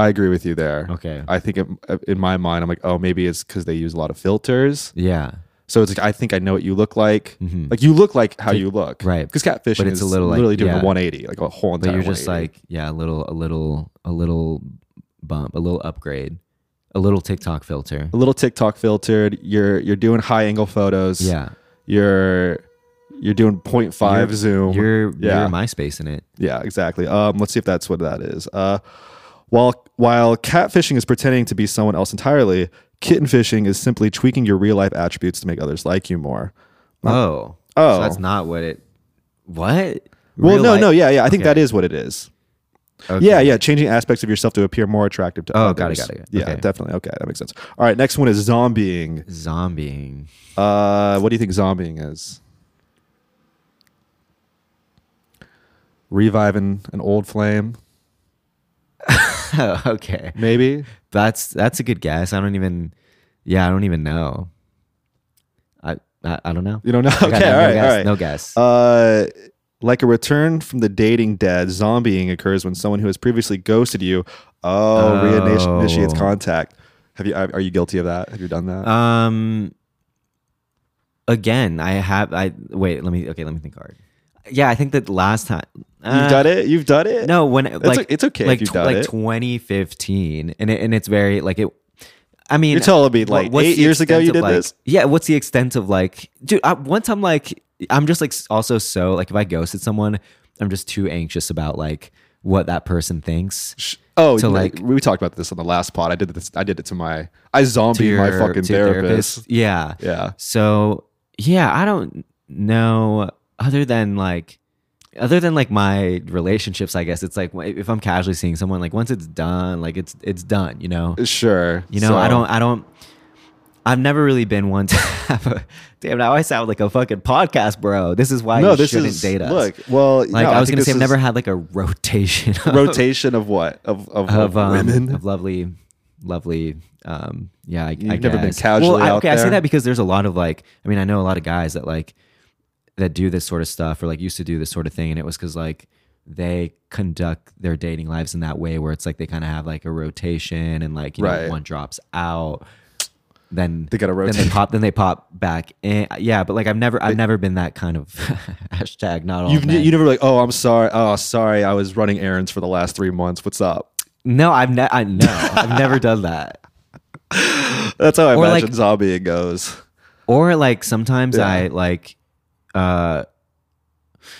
[SPEAKER 2] I agree with you there.
[SPEAKER 1] Okay.
[SPEAKER 2] I think it, in my mind, I'm like, oh, maybe it's because they use a lot of filters.
[SPEAKER 1] Yeah.
[SPEAKER 2] So it's like I think I know what you look like. Like you look like how you look,
[SPEAKER 1] Mm-hmm. right.
[SPEAKER 2] Because catfishing
[SPEAKER 1] But
[SPEAKER 2] it's is a little
[SPEAKER 1] like-
[SPEAKER 2] literally doing
[SPEAKER 1] yeah.
[SPEAKER 2] a 180, like a whole
[SPEAKER 1] but
[SPEAKER 2] entire.
[SPEAKER 1] you're just
[SPEAKER 2] 180.
[SPEAKER 1] like yeah a little a little a little bump a little upgrade a little tiktok filter
[SPEAKER 2] a little TikTok filtered. You're you're doing high angle photos.
[SPEAKER 1] yeah
[SPEAKER 2] You're You're doing 0.5 zoom.
[SPEAKER 1] You're
[SPEAKER 2] yeah.
[SPEAKER 1] you're MySpace in it.
[SPEAKER 2] Yeah, exactly. Um, let's see if that's what that is. Uh, while while catfishing is pretending to be someone else entirely, kitten fishing is simply tweaking your real life attributes to make others like you more.
[SPEAKER 1] Oh.
[SPEAKER 2] Oh.
[SPEAKER 1] So that's not what it. What?
[SPEAKER 2] Well,
[SPEAKER 1] Real
[SPEAKER 2] no,
[SPEAKER 1] life-
[SPEAKER 2] no, yeah, yeah. I think
[SPEAKER 1] Okay.
[SPEAKER 2] that is what it is.
[SPEAKER 1] Okay.
[SPEAKER 2] Yeah, yeah. Changing aspects of yourself to appear more attractive to
[SPEAKER 1] Oh,
[SPEAKER 2] others.
[SPEAKER 1] got it, got it, got it.
[SPEAKER 2] Yeah,
[SPEAKER 1] Okay.
[SPEAKER 2] definitely. Okay, that makes sense. All right, next one is zombieing.
[SPEAKER 1] Zombieing. [LAUGHS]
[SPEAKER 2] Uh, what do you think zombieing is? Reviving an old flame,
[SPEAKER 1] Oh, okay.
[SPEAKER 2] maybe.
[SPEAKER 1] That's that's a good guess. I don't even. Yeah, I don't even know. I I, I don't know.
[SPEAKER 2] You
[SPEAKER 1] [LAUGHS]
[SPEAKER 2] don't know?
[SPEAKER 1] I got
[SPEAKER 2] Okay,
[SPEAKER 1] no,
[SPEAKER 2] all right,
[SPEAKER 1] no guess,
[SPEAKER 2] all
[SPEAKER 1] No
[SPEAKER 2] right.
[SPEAKER 1] guess.
[SPEAKER 2] Uh, like a return from the dating dead, zombieing occurs when someone who has previously ghosted you, oh,
[SPEAKER 1] Oh.
[SPEAKER 2] reinitiates contact. Have you? Are you guilty of that? Have you done that?
[SPEAKER 1] Um. Again, I have. I wait. Let me. Okay, let me think hard. Yeah, I think that last time
[SPEAKER 2] you've done it. You've done it.
[SPEAKER 1] No, when like
[SPEAKER 2] o- it's okay if
[SPEAKER 1] Like
[SPEAKER 2] you've
[SPEAKER 1] tw-
[SPEAKER 2] done
[SPEAKER 1] like
[SPEAKER 2] it.
[SPEAKER 1] 2015, and it, and it's very like it. I mean,
[SPEAKER 2] You're telling me,
[SPEAKER 1] wh-
[SPEAKER 2] like,
[SPEAKER 1] what's
[SPEAKER 2] eight
[SPEAKER 1] the
[SPEAKER 2] years ago
[SPEAKER 1] extent
[SPEAKER 2] you
[SPEAKER 1] of,
[SPEAKER 2] did
[SPEAKER 1] like-
[SPEAKER 2] this?
[SPEAKER 1] Yeah. What's the extent of like, dude? I, once I'm like, I'm just like s- also so like if I ghosted someone, I'm just too anxious about like what that person thinks.
[SPEAKER 2] Sh- Oh,
[SPEAKER 1] to,
[SPEAKER 2] you know,
[SPEAKER 1] like-
[SPEAKER 2] we talked about this on the last pod. I did this. I did it to my. I zombie
[SPEAKER 1] to
[SPEAKER 2] my
[SPEAKER 1] your-
[SPEAKER 2] fucking
[SPEAKER 1] to your
[SPEAKER 2] therapist.
[SPEAKER 1] Yeah.
[SPEAKER 2] Yeah.
[SPEAKER 1] So yeah, I don't know other than like other than like my relationships, I guess it's like if I'm casually seeing someone, like once it's done, like it's it's done, you know.
[SPEAKER 2] Sure.
[SPEAKER 1] You know,
[SPEAKER 2] So-
[SPEAKER 1] I don't I don't I've never really been one to [LAUGHS] have a damn now I sound like a fucking podcast bro. This is why
[SPEAKER 2] No,
[SPEAKER 1] you
[SPEAKER 2] this
[SPEAKER 1] shouldn't
[SPEAKER 2] is
[SPEAKER 1] date us.
[SPEAKER 2] look. Well,
[SPEAKER 1] like
[SPEAKER 2] no,
[SPEAKER 1] I was
[SPEAKER 2] think
[SPEAKER 1] gonna say
[SPEAKER 2] this
[SPEAKER 1] I've never
[SPEAKER 2] is
[SPEAKER 1] had like a [LAUGHS] rotation of, [LAUGHS]
[SPEAKER 2] rotation of what of of,
[SPEAKER 1] of, um,
[SPEAKER 2] women.
[SPEAKER 1] of lovely, lovely. Um, yeah, I, I
[SPEAKER 2] You've never been
[SPEAKER 1] guess.
[SPEAKER 2] casually
[SPEAKER 1] Well, I,
[SPEAKER 2] out
[SPEAKER 1] okay, I say
[SPEAKER 2] there?
[SPEAKER 1] that because there's a lot of like, I mean, I know a lot of guys that like that do this sort of stuff or like used to do this sort of thing, and it was because like they conduct their dating lives in that way where it's like they kind of have like a rotation and like you
[SPEAKER 2] Right.
[SPEAKER 1] know one drops out. Then
[SPEAKER 2] [LAUGHS] They gotta
[SPEAKER 1] Then [LAUGHS]
[SPEAKER 2] rotate.
[SPEAKER 1] they pop. Then they pop back. In. Yeah, but like I've never, I've never been that kind of [LAUGHS] hashtag. Not all.
[SPEAKER 2] You've
[SPEAKER 1] men.
[SPEAKER 2] ne- you never like. Oh, I'm sorry. Oh, sorry. I was running errands for the last three months. What's
[SPEAKER 1] [GASPS]
[SPEAKER 2] up?
[SPEAKER 1] no, I've ne- I no, I've never done that.
[SPEAKER 2] That's how I
[SPEAKER 1] Or,
[SPEAKER 2] imagine
[SPEAKER 1] like-
[SPEAKER 2] zombieing goes.
[SPEAKER 1] or like sometimes
[SPEAKER 2] Yeah.
[SPEAKER 1] I like uh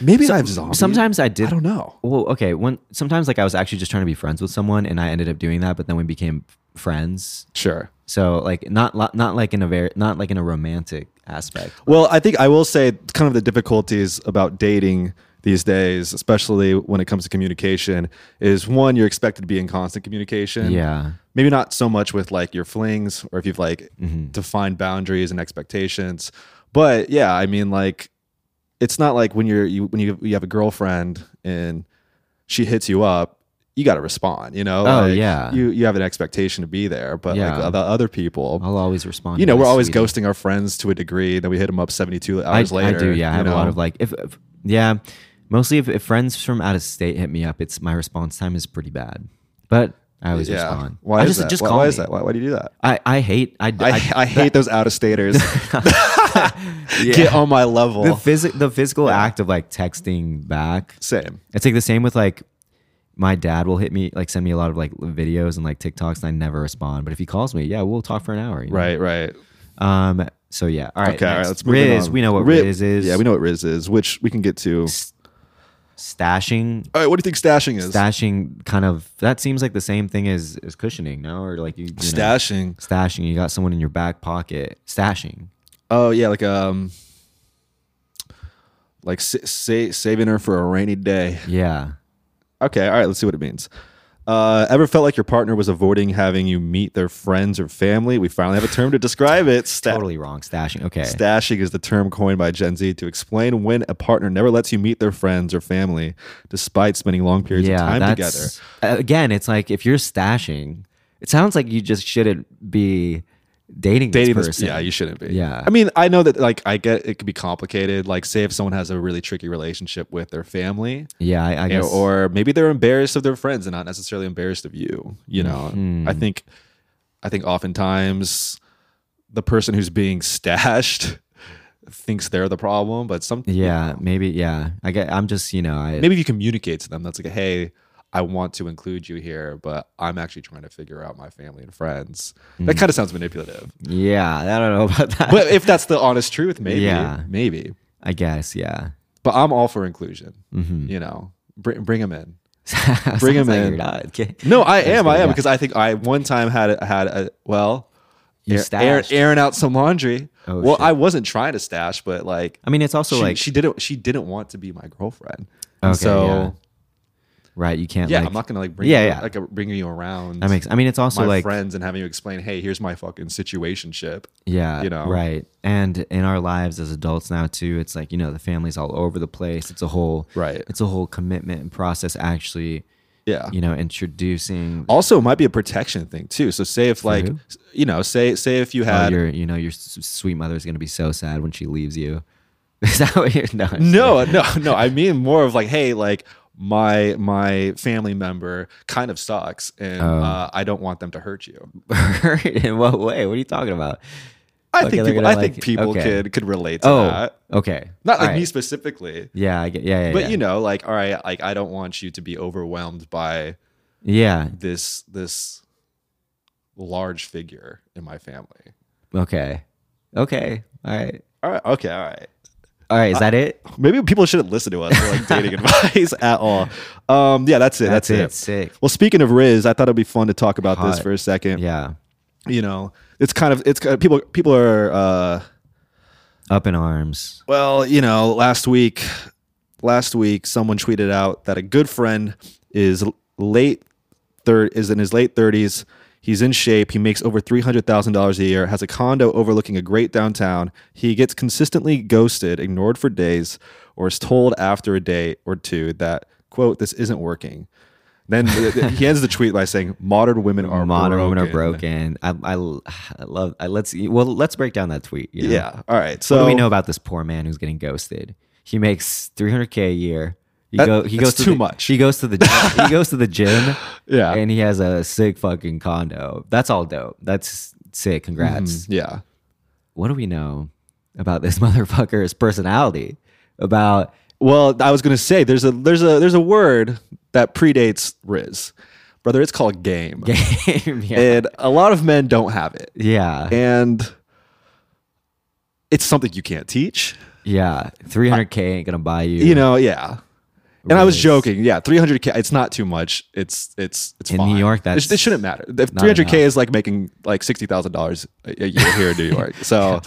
[SPEAKER 2] Maybe
[SPEAKER 1] so-
[SPEAKER 2] I've zombied.
[SPEAKER 1] sometimes I did
[SPEAKER 2] I don't know.
[SPEAKER 1] well okay when sometimes like I was actually just trying to be friends with someone and I ended up doing that but then we became friends
[SPEAKER 2] Sure.
[SPEAKER 1] so like not lo- not like in a very not like in a romantic aspect
[SPEAKER 2] Well, I think I will say kind of the difficulties about dating these days, especially when it comes to communication, is one, you're expected to be in constant communication.
[SPEAKER 1] yeah
[SPEAKER 2] Maybe not so much with like your flings or if you've like
[SPEAKER 1] Mm-hmm.
[SPEAKER 2] defined boundaries and expectations. But yeah, I mean like it's not like when you're you when you, you have a girlfriend and she hits you up, you got to respond, you know?
[SPEAKER 1] Oh,
[SPEAKER 2] Like,
[SPEAKER 1] yeah.
[SPEAKER 2] You you have an expectation to be there, but
[SPEAKER 1] Yeah.
[SPEAKER 2] like the other people,
[SPEAKER 1] I'll always respond
[SPEAKER 2] you
[SPEAKER 1] to
[SPEAKER 2] know,
[SPEAKER 1] my
[SPEAKER 2] we're always
[SPEAKER 1] sweetie.
[SPEAKER 2] ghosting our friends to a degree. Then we hit them up 72
[SPEAKER 1] I,
[SPEAKER 2] hours later.
[SPEAKER 1] I do yeah I
[SPEAKER 2] you
[SPEAKER 1] have a lot
[SPEAKER 2] know?
[SPEAKER 1] of like if, if yeah mostly if, if friends from out of state hit me up it's my response time is pretty bad but I always
[SPEAKER 2] yeah.
[SPEAKER 1] respond
[SPEAKER 2] Why
[SPEAKER 1] I
[SPEAKER 2] is
[SPEAKER 1] just
[SPEAKER 2] that?
[SPEAKER 1] just
[SPEAKER 2] why,
[SPEAKER 1] call
[SPEAKER 2] why
[SPEAKER 1] me.
[SPEAKER 2] is that? Why, why do you do that?
[SPEAKER 1] I I hate I
[SPEAKER 2] [LAUGHS] I,
[SPEAKER 1] [LAUGHS]
[SPEAKER 2] I, hate those out of staters. Get on my level.
[SPEAKER 1] the phys- the physical act of like texting back.
[SPEAKER 2] Same.
[SPEAKER 1] It's like the same with like my dad will hit me like send me a lot of like videos and like TikToks and I never respond. But if he calls me, yeah, we'll talk for an hour. you know?
[SPEAKER 2] Right, right.
[SPEAKER 1] Um. So yeah. All right.
[SPEAKER 2] Okay, all right,
[SPEAKER 1] next.
[SPEAKER 2] let's move it
[SPEAKER 1] Riz.
[SPEAKER 2] on.
[SPEAKER 1] We know what
[SPEAKER 2] Ri-
[SPEAKER 1] Riz, is.
[SPEAKER 2] Yeah, we know what Riz is, which we can get to.
[SPEAKER 1] Stashing.
[SPEAKER 2] All right, what do you think stashing is?
[SPEAKER 1] Stashing kind of that seems like the same thing as as cushioning, no? Or like you, you know,
[SPEAKER 2] stashing.
[SPEAKER 1] stashing. You got someone in your back pocket. Stashing.
[SPEAKER 2] Oh, yeah, like um like sa- sa- saving her for a rainy day.
[SPEAKER 1] Yeah.
[SPEAKER 2] Okay, all right, let's see what it means. Uh, ever felt like your partner was avoiding having you meet their friends or family? We finally have a term to describe it.
[SPEAKER 1] [LAUGHS]
[SPEAKER 2] Sta-
[SPEAKER 1] Totally wrong. Stashing. Okay.
[SPEAKER 2] Stashing is the term coined by Gen Z to explain when a partner never lets you meet their friends or family despite spending long periods of time together.
[SPEAKER 1] together. uh, Again, it's like if you're stashing, it sounds like you just shouldn't be dating,
[SPEAKER 2] Dating
[SPEAKER 1] this
[SPEAKER 2] this,
[SPEAKER 1] person.
[SPEAKER 2] yeah, you shouldn't be.
[SPEAKER 1] Yeah.
[SPEAKER 2] I mean, I know that, like, I get it could be complicated. Like, say if someone has a really tricky relationship with their family,
[SPEAKER 1] yeah, I, I
[SPEAKER 2] you know,
[SPEAKER 1] guess.
[SPEAKER 2] or maybe they're embarrassed of their friends and not necessarily embarrassed of you you know i think i think oftentimes the person who's being stashed [LAUGHS] thinks they're the problem but some
[SPEAKER 1] yeah, maybe. Yeah, I get. I'm just you know, I
[SPEAKER 2] maybe if you communicate to them that's like hey i want to include you here but i'm actually trying to figure out my family and friends that kind of sounds manipulative
[SPEAKER 1] yeah, I don't know [LAUGHS] about that.
[SPEAKER 2] but if that's the honest truth maybe
[SPEAKER 1] Yeah.
[SPEAKER 2] maybe
[SPEAKER 1] I guess, yeah. [LAUGHS]
[SPEAKER 2] But I'm all for inclusion. You know, bring bring them in. Bring 'em
[SPEAKER 1] Sounds like
[SPEAKER 2] in.
[SPEAKER 1] You're not. Okay.
[SPEAKER 2] No, I am. I
[SPEAKER 1] good,
[SPEAKER 2] am
[SPEAKER 1] yeah.
[SPEAKER 2] because I think I one time had a, had a well,
[SPEAKER 1] You
[SPEAKER 2] air- air-
[SPEAKER 1] stashed.
[SPEAKER 2] airing out some laundry.
[SPEAKER 1] Oh,
[SPEAKER 2] well,
[SPEAKER 1] shit.
[SPEAKER 2] I wasn't trying to stash, but like,
[SPEAKER 1] I mean, it's also
[SPEAKER 2] she,
[SPEAKER 1] like
[SPEAKER 2] she didn't she didn't want to be my girlfriend.
[SPEAKER 1] Okay,
[SPEAKER 2] And so
[SPEAKER 1] right. You can't.
[SPEAKER 2] yeah,
[SPEAKER 1] like,
[SPEAKER 2] I'm not gonna like bring
[SPEAKER 1] Yeah,
[SPEAKER 2] you,
[SPEAKER 1] yeah.
[SPEAKER 2] like uh, bring you around.
[SPEAKER 1] That makes. I mean, it's also
[SPEAKER 2] my
[SPEAKER 1] like
[SPEAKER 2] friends and having you explain, hey, here's my fucking situation ship.
[SPEAKER 1] yeah,
[SPEAKER 2] you know.
[SPEAKER 1] right. And in our lives as adults now too, it's like you know the family's all over the place. It's a whole
[SPEAKER 2] Right.
[SPEAKER 1] It's a whole commitment and process actually.
[SPEAKER 2] Yeah.
[SPEAKER 1] You know, introducing oh,
[SPEAKER 2] Also, it might be a protection thing too. So say if like
[SPEAKER 1] who?
[SPEAKER 2] s- you know, say say if you
[SPEAKER 1] oh,
[SPEAKER 2] had
[SPEAKER 1] your you know your s- sweet mother's gonna be so sad when she leaves you. [LAUGHS] Is that what you're? No. [LAUGHS] I'm just
[SPEAKER 2] no, no, no. I mean more of like, hey, like my my family member kind of sucks, and
[SPEAKER 1] Oh.
[SPEAKER 2] uh, I don't want them to hurt you.
[SPEAKER 1] [LAUGHS] hurt in what way? What are you talking about?
[SPEAKER 2] I
[SPEAKER 1] Okay,
[SPEAKER 2] think
[SPEAKER 1] they're
[SPEAKER 2] people, I
[SPEAKER 1] gonna
[SPEAKER 2] think
[SPEAKER 1] like-
[SPEAKER 2] people
[SPEAKER 1] okay.
[SPEAKER 2] could could relate to
[SPEAKER 1] Oh,
[SPEAKER 2] that.
[SPEAKER 1] okay.
[SPEAKER 2] Not like
[SPEAKER 1] All
[SPEAKER 2] me
[SPEAKER 1] right.
[SPEAKER 2] specifically,
[SPEAKER 1] Yeah, I get, yeah, yeah.
[SPEAKER 2] but
[SPEAKER 1] yeah.
[SPEAKER 2] you know, like, all right, like I don't want you to be overwhelmed by
[SPEAKER 1] yeah.
[SPEAKER 2] this this large figure in my family.
[SPEAKER 1] Okay, okay. All right,
[SPEAKER 2] All right, okay, all right.
[SPEAKER 1] all right. Is that it?
[SPEAKER 2] Maybe people shouldn't listen to us for
[SPEAKER 1] [LAUGHS]
[SPEAKER 2] like dating advice at all. Um, yeah, that's it. That's,
[SPEAKER 1] it.
[SPEAKER 2] it.
[SPEAKER 1] Sick.
[SPEAKER 2] Well, speaking of Riz, I thought it'd be fun to talk about this
[SPEAKER 1] Hot.
[SPEAKER 2] for a second.
[SPEAKER 1] Yeah.
[SPEAKER 2] You know, it's kind of it's kind of, people people are uh,
[SPEAKER 1] Up in arms.
[SPEAKER 2] well, you know, last week last week someone tweeted out that a good friend is late third is in his late 30s. He's in shape. He makes over $300,000 a year, has a condo overlooking a great downtown. He gets consistently ghosted, ignored for days, or is told after a day or two that, quote, this isn't working. Then th- th- he ends the tweet by saying, modern women are
[SPEAKER 1] Modern
[SPEAKER 2] broken.
[SPEAKER 1] women are broken. I, I, [SIGHS] I love. I, let's well, let's break down that tweet. you know?
[SPEAKER 2] Yeah. All right.
[SPEAKER 1] What
[SPEAKER 2] So
[SPEAKER 1] do we know about this poor man who's getting ghosted? He makes 300k a year. He
[SPEAKER 2] That-
[SPEAKER 1] go. He
[SPEAKER 2] that's
[SPEAKER 1] goes to
[SPEAKER 2] too
[SPEAKER 1] the-
[SPEAKER 2] much.
[SPEAKER 1] He goes to the. Gym, he
[SPEAKER 2] [LAUGHS]
[SPEAKER 1] goes to the gym.
[SPEAKER 2] Yeah.
[SPEAKER 1] And he has a sick fucking condo. That's all dope. That's sick. Congrats.
[SPEAKER 2] Yeah.
[SPEAKER 1] What do we know about this [LAUGHS] motherfucker's personality? About [LAUGHS]
[SPEAKER 2] Well, I was gonna say there's a there's a there's a word that predates Riz, brother. It's called game,
[SPEAKER 1] game. yeah.
[SPEAKER 2] and a lot of men don't have it,
[SPEAKER 1] yeah.
[SPEAKER 2] and it's something you can't teach.
[SPEAKER 1] Yeah, 300k ain't gonna buy you.
[SPEAKER 2] You know, yeah. And I was
[SPEAKER 1] Riz.
[SPEAKER 2] joking. Yeah, 300k. It's not too much. It's it's it's
[SPEAKER 1] In
[SPEAKER 2] fine.
[SPEAKER 1] New York,
[SPEAKER 2] It sh-
[SPEAKER 1] that's
[SPEAKER 2] it shouldn't matter. If
[SPEAKER 1] not
[SPEAKER 2] 300k
[SPEAKER 1] enough.
[SPEAKER 2] is like making like sixty thousand dollars a a year here in
[SPEAKER 1] [LAUGHS]
[SPEAKER 2] New York. So.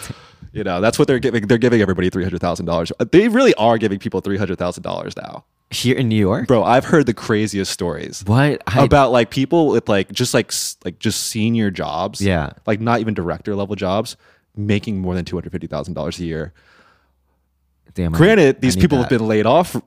[SPEAKER 2] You know, that's what they're giving. They're giving everybody three hundred thousand dollars. They really are giving people three hundred thousand dollars now,
[SPEAKER 1] here in New York.
[SPEAKER 2] bro. I've heard the craziest stories.
[SPEAKER 1] What? I,
[SPEAKER 2] about like people with like just like s- like just senior jobs,
[SPEAKER 1] Yeah.
[SPEAKER 2] like not even director level jobs, making more than two hundred fifty thousand dollars a year.
[SPEAKER 1] damn, I- I
[SPEAKER 2] Granted, these
[SPEAKER 1] need
[SPEAKER 2] people
[SPEAKER 1] that.
[SPEAKER 2] have been laid off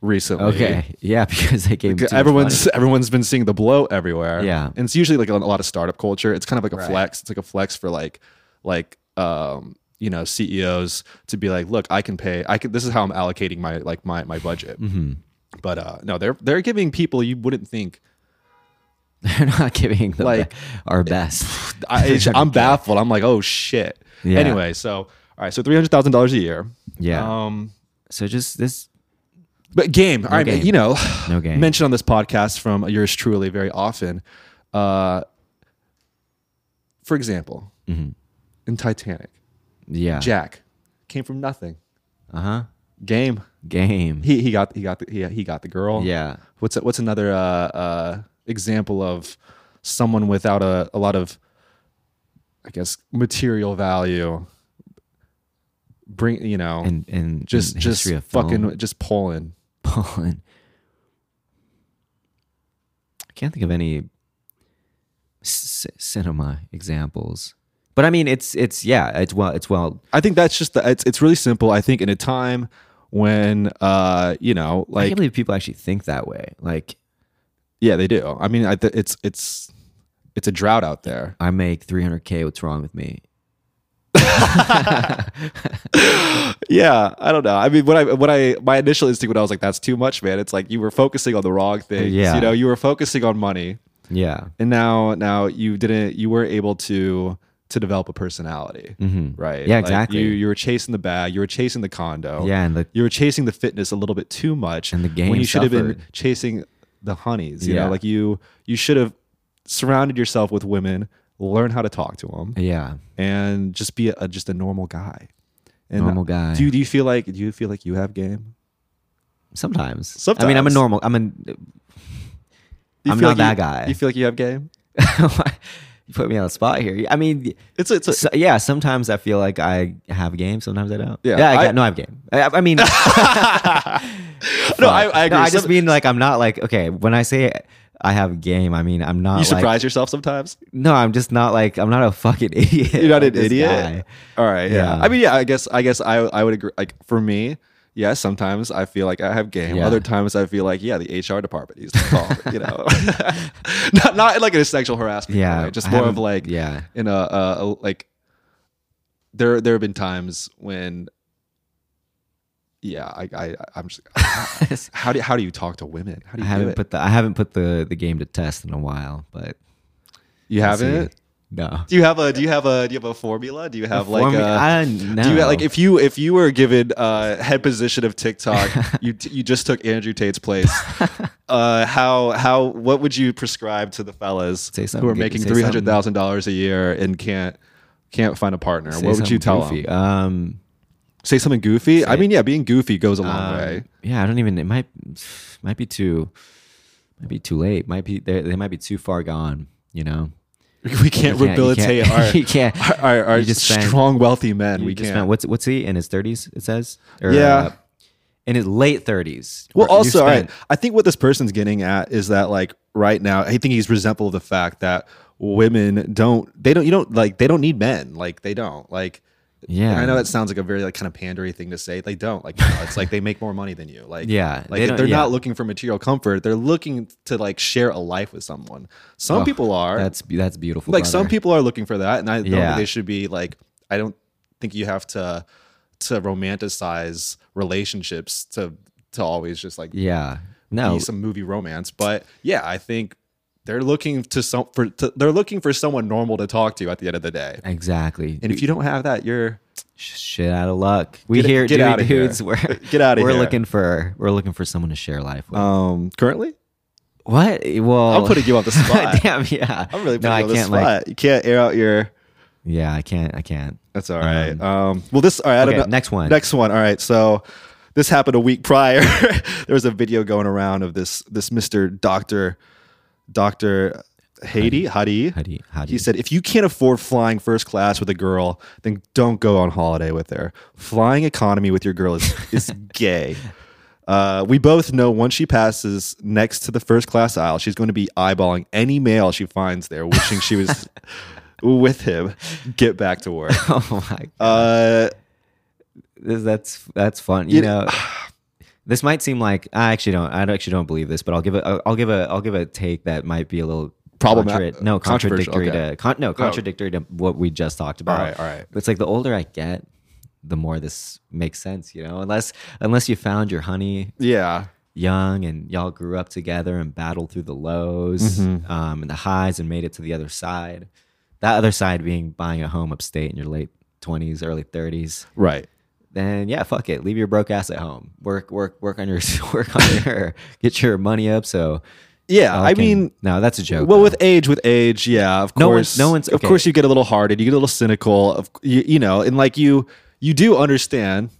[SPEAKER 2] recently.
[SPEAKER 1] okay. Yeah, [LAUGHS] because they gave him too much
[SPEAKER 2] everyone's everyone's been seeing the blow everywhere.
[SPEAKER 1] Yeah.
[SPEAKER 2] and it's usually like a, lot of startup culture. It's kind of like a flex. It's like a flex for like like um you know CEOs to be like, look, I can pay. I can. This is how I'm allocating my like my my budget.
[SPEAKER 1] Mm-hmm.
[SPEAKER 2] But uh no, they're they're giving people you wouldn't think
[SPEAKER 1] money. [LAUGHS] They're not giving them
[SPEAKER 2] Like-
[SPEAKER 1] the- our best. [LAUGHS]
[SPEAKER 2] I, it's- I'm baffled. I'm like, oh shit.
[SPEAKER 1] Yeah.
[SPEAKER 2] Anyway, so all right, so three hundred thousand dollars a year.
[SPEAKER 1] yeah.
[SPEAKER 2] Um,
[SPEAKER 1] so just this.
[SPEAKER 2] but game. all right,
[SPEAKER 1] game.
[SPEAKER 2] you know,
[SPEAKER 1] No
[SPEAKER 2] [SIGHS]
[SPEAKER 1] game.
[SPEAKER 2] mentioned on this podcast from yours truly very often. Uh, for example,
[SPEAKER 1] Mm-hmm.
[SPEAKER 2] in Titanic,
[SPEAKER 1] Yeah.
[SPEAKER 2] Jack came from nothing.
[SPEAKER 1] Uh huh.
[SPEAKER 2] Game.
[SPEAKER 1] Game.
[SPEAKER 2] He he got he got the, he, he got the girl.
[SPEAKER 1] yeah.
[SPEAKER 2] What's what's another uh, uh, example of someone without a, a lot of, I guess, material value? Bring you know,
[SPEAKER 1] And and
[SPEAKER 2] just
[SPEAKER 1] and
[SPEAKER 2] just
[SPEAKER 1] history of film, [LAUGHS]
[SPEAKER 2] fucking just pulling.
[SPEAKER 1] Poland. I can't think of any c- cinema examples, but I mean, it's it's yeah, it's well, it's well.
[SPEAKER 2] I think that's just the, it's it's really simple. I think in a time when uh you know
[SPEAKER 1] I
[SPEAKER 2] like
[SPEAKER 1] can't believe people actually think that way. Like,
[SPEAKER 2] yeah they do. I mean I th- it's it's it's a drought out there.
[SPEAKER 1] I make 300k. What's wrong with
[SPEAKER 2] [LAUGHS]
[SPEAKER 1] me? [LAUGHS]
[SPEAKER 2] Yeah, I don't know. I mean, what I what I my initial instinct when I was like, that's too much, man. It's like you were focusing on the wrong things.
[SPEAKER 1] Yeah.
[SPEAKER 2] you know, you were focusing on money,
[SPEAKER 1] Yeah,
[SPEAKER 2] and now now you didn't you were able to to develop a personality, right?
[SPEAKER 1] Yeah,
[SPEAKER 2] Like,
[SPEAKER 1] exactly.
[SPEAKER 2] You you were chasing the bag, you were chasing the condo,
[SPEAKER 1] yeah, and the
[SPEAKER 2] you were chasing the fitness a little bit too much
[SPEAKER 1] And the game
[SPEAKER 2] when you should have been
[SPEAKER 1] suffered.
[SPEAKER 2] chasing the honeys you
[SPEAKER 1] Yeah.
[SPEAKER 2] know like you you should have surrounded yourself with women learn how to talk to them
[SPEAKER 1] yeah,
[SPEAKER 2] and just be a just a normal guy And
[SPEAKER 1] Normal guy.
[SPEAKER 2] Do you, do you feel like do you feel like you have game?
[SPEAKER 1] Sometimes. I mean, I'm a
[SPEAKER 2] Sometimes.
[SPEAKER 1] normal. I'm a. [LAUGHS]
[SPEAKER 2] Do you
[SPEAKER 1] I'm
[SPEAKER 2] feel
[SPEAKER 1] not that
[SPEAKER 2] like you-
[SPEAKER 1] guy.
[SPEAKER 2] Do you feel like you have game?
[SPEAKER 1] you put me on the spot here. I mean,
[SPEAKER 2] It's it's a,
[SPEAKER 1] so, yeah. Sometimes I feel like I have game. Sometimes I don't.
[SPEAKER 2] Yeah,
[SPEAKER 1] Yeah. I,
[SPEAKER 2] I-
[SPEAKER 1] got- no, I have game. I, I
[SPEAKER 2] [LAUGHS]
[SPEAKER 1] mean,
[SPEAKER 2] no, I, I agree.
[SPEAKER 1] No, I just
[SPEAKER 2] Some-
[SPEAKER 1] mean like I'm not like okay. When I say I have game, I mean I'm not.
[SPEAKER 2] you
[SPEAKER 1] like,
[SPEAKER 2] surprise yourself sometimes.
[SPEAKER 1] No, I'm just not like I'm not a fucking [LAUGHS] idiot.
[SPEAKER 2] You're not
[SPEAKER 1] I'm
[SPEAKER 2] an
[SPEAKER 1] this
[SPEAKER 2] idiot.
[SPEAKER 1] guy.
[SPEAKER 2] All right. Yeah.
[SPEAKER 1] Yeah.
[SPEAKER 2] I mean, yeah. I guess. I guess I. I would agree. Like for me, yeah. Sometimes I feel like I have game.
[SPEAKER 1] Yeah.
[SPEAKER 2] Other times I feel like yeah, the HR department needs to call. you
[SPEAKER 1] [LAUGHS]
[SPEAKER 2] know, [LAUGHS] not not like in a sexual harassment.
[SPEAKER 1] Yeah,
[SPEAKER 2] way, just
[SPEAKER 1] I
[SPEAKER 2] more of
[SPEAKER 1] haven't-
[SPEAKER 2] like
[SPEAKER 1] yeah,
[SPEAKER 2] in a, a, a like. There, there have been times when. Yeah, I, I, I'm just.
[SPEAKER 1] [LAUGHS]
[SPEAKER 2] [LAUGHS] How do how do you talk to women? How do
[SPEAKER 1] I
[SPEAKER 2] you do
[SPEAKER 1] haven't
[SPEAKER 2] it?
[SPEAKER 1] put the I haven't put the the game to test in a while, but
[SPEAKER 2] you
[SPEAKER 1] we'll see.
[SPEAKER 2] haven't.
[SPEAKER 1] No,
[SPEAKER 2] Do you have a do you have a do you have a formula? Do you have like
[SPEAKER 1] Form-
[SPEAKER 2] a
[SPEAKER 1] I no.
[SPEAKER 2] Do you like if you if you were given uh, head position of
[SPEAKER 1] [LAUGHS]
[SPEAKER 2] TikTok, you you just took Andrew Tate's place. Uh, how how what would you prescribe to the fellas
[SPEAKER 1] Say
[SPEAKER 2] who
[SPEAKER 1] something
[SPEAKER 2] are
[SPEAKER 1] good-
[SPEAKER 2] making
[SPEAKER 1] say
[SPEAKER 2] three hundred thousand dollars a year and can't can't find a partner?
[SPEAKER 1] say
[SPEAKER 2] what would
[SPEAKER 1] something
[SPEAKER 2] you tell
[SPEAKER 1] goofy.
[SPEAKER 2] them?
[SPEAKER 1] Um,
[SPEAKER 2] Say something goofy. I
[SPEAKER 1] Say-
[SPEAKER 2] mean, yeah, being goofy goes a long
[SPEAKER 1] um,
[SPEAKER 2] way. [LAUGHS]
[SPEAKER 1] yeah, I don't even. It might might be too might be too late. Might be they they might be too far gone. You know,
[SPEAKER 2] We can't
[SPEAKER 1] you can't- you
[SPEAKER 2] rehabilitate
[SPEAKER 1] can't-
[SPEAKER 2] our,
[SPEAKER 1] [LAUGHS] you can't-
[SPEAKER 2] our our, our
[SPEAKER 1] you just spent-
[SPEAKER 2] strong wealthy men.
[SPEAKER 1] You
[SPEAKER 2] we
[SPEAKER 1] just
[SPEAKER 2] can't.
[SPEAKER 1] found- what's what's he in his thirties? It says Or, uh,
[SPEAKER 2] Yeah.
[SPEAKER 1] in his late thirties.
[SPEAKER 2] Well, also, all right, I think what this person's getting at is that like right now, I think he's resentful of the fact that women don't they don't you don't like they don't need men like they don't like
[SPEAKER 1] yeah,
[SPEAKER 2] and I know that sounds like a very like kind of pandery thing to say. They don't like no, it's like they make more money than you. Like
[SPEAKER 1] Yeah,
[SPEAKER 2] like
[SPEAKER 1] they
[SPEAKER 2] if
[SPEAKER 1] don't-
[SPEAKER 2] they're
[SPEAKER 1] yeah.
[SPEAKER 2] not looking for material comfort. They're looking to like share a life with someone. Some
[SPEAKER 1] Oh,
[SPEAKER 2] people are
[SPEAKER 1] that's be- that's beautiful.
[SPEAKER 2] like some
[SPEAKER 1] brother.
[SPEAKER 2] people are looking for that, and I don't
[SPEAKER 1] Yeah.
[SPEAKER 2] think they should be like. I don't think you have to to romanticize relationships to to always just like
[SPEAKER 1] Yeah, no,
[SPEAKER 2] be some movie romance. But yeah, I think they're looking to some for to, they're looking for someone normal to talk to at the end of the day.
[SPEAKER 1] exactly.
[SPEAKER 2] And if you don't have that, you're
[SPEAKER 1] shit out of luck. We
[SPEAKER 2] Get-
[SPEAKER 1] hear
[SPEAKER 2] get
[SPEAKER 1] dude,
[SPEAKER 2] outta here.
[SPEAKER 1] dudes. We're
[SPEAKER 2] Get outta
[SPEAKER 1] We're
[SPEAKER 2] here.
[SPEAKER 1] looking for we're looking for someone to share life with.
[SPEAKER 2] um currently.
[SPEAKER 1] what? Well,
[SPEAKER 2] I'm putting
[SPEAKER 1] [LAUGHS]
[SPEAKER 2] you on the spot.
[SPEAKER 1] Oh. Damn, yeah.
[SPEAKER 2] I'm really putting
[SPEAKER 1] no,
[SPEAKER 2] you
[SPEAKER 1] I
[SPEAKER 2] on the
[SPEAKER 1] can't.
[SPEAKER 2] spot.
[SPEAKER 1] Like,
[SPEAKER 2] you can't air out your.
[SPEAKER 1] yeah, I can't. I can't.
[SPEAKER 2] That's all right. Um, well, this all right. I don't
[SPEAKER 1] okay,
[SPEAKER 2] know.
[SPEAKER 1] next one.
[SPEAKER 2] Next one. All right. So this happened a week prior. [LAUGHS] there was a video going around of this this Mr. Doctor Doctor Haiti Hadi.
[SPEAKER 1] How do you? How do
[SPEAKER 2] He
[SPEAKER 1] you?
[SPEAKER 2] said, if you can't afford flying first class with a girl, then don't go on holiday with her. Flying economy with your girl is, is gay. Uh, we both know once she passes next to the first class aisle, she's going to be eyeballing any male she finds there, wishing she was with him. Get back to work.
[SPEAKER 1] [LAUGHS] oh my
[SPEAKER 2] Uh,
[SPEAKER 1] This- that's that's fun. You,
[SPEAKER 2] You
[SPEAKER 1] know, [SIGHS] this might seem like I actually don't. I don't- actually don't believe this, but I'll give a I'll give a I'll give a take that might be a little
[SPEAKER 2] Problemat-
[SPEAKER 1] contra- no
[SPEAKER 2] controversial,
[SPEAKER 1] contradictory
[SPEAKER 2] okay. Oh.
[SPEAKER 1] to con- no contradictory to what we just talked about.
[SPEAKER 2] All right, all right.
[SPEAKER 1] It's like the older I get, the more this makes sense. You know, unless unless you found your honey
[SPEAKER 2] yeah.
[SPEAKER 1] young and y'all grew up together and battled through the lows
[SPEAKER 2] Mm-hmm.
[SPEAKER 1] um, and the highs and made it to the other side. That other side being buying a home upstate in your late twenties, early thirties
[SPEAKER 2] Right.
[SPEAKER 1] then yeah, fuck it. Leave your broke ass at home. Work, work, work on your [LAUGHS] work on your get your money up. So
[SPEAKER 2] Yeah.
[SPEAKER 1] y'all
[SPEAKER 2] I
[SPEAKER 1] can-
[SPEAKER 2] mean,
[SPEAKER 1] no, that's a joke.
[SPEAKER 2] Well,
[SPEAKER 1] though.
[SPEAKER 2] with age, with age, yeah, of
[SPEAKER 1] No
[SPEAKER 2] course,
[SPEAKER 1] one's- no one's-
[SPEAKER 2] Of
[SPEAKER 1] okay.
[SPEAKER 2] course, you get a little hardened, you get a little cynical, of you, you know, and like you, you do understand.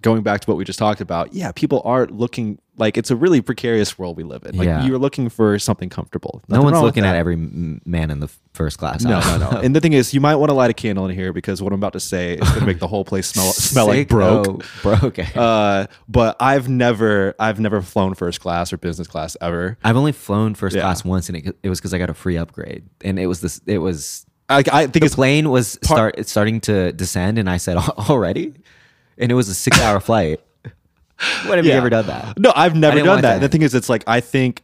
[SPEAKER 2] Going back to what we just talked about, yeah, people are looking like it's a really precarious world we live in. Like
[SPEAKER 1] Yeah.
[SPEAKER 2] you're looking for something comfortable.
[SPEAKER 1] no one's looking at every m- man in the f- first class.
[SPEAKER 2] No,
[SPEAKER 1] aisle. [LAUGHS]
[SPEAKER 2] no, no. and the thing is, you might want to light a candle in here because what I'm about to say is going to make the whole place
[SPEAKER 1] [LAUGHS]
[SPEAKER 2] smell smell like
[SPEAKER 1] Sick-
[SPEAKER 2] broke.
[SPEAKER 1] oh, broke.
[SPEAKER 2] Uh, but I've never, I've never flown first class or business class ever.
[SPEAKER 1] I've only flown first
[SPEAKER 2] Yeah.
[SPEAKER 1] class once, and it, it was because I got a free upgrade, and it was this. It was
[SPEAKER 2] I, I think
[SPEAKER 1] the
[SPEAKER 2] it's
[SPEAKER 1] plane was start starting to descend, and I said "Al- [LAUGHS] already, and it was a six
[SPEAKER 2] [LAUGHS]
[SPEAKER 1] hour flight. When have you
[SPEAKER 2] Yeah.
[SPEAKER 1] ever done that?
[SPEAKER 2] No, I've never
[SPEAKER 1] didn't
[SPEAKER 2] done
[SPEAKER 1] want that.
[SPEAKER 2] that. The thing is, it's like I think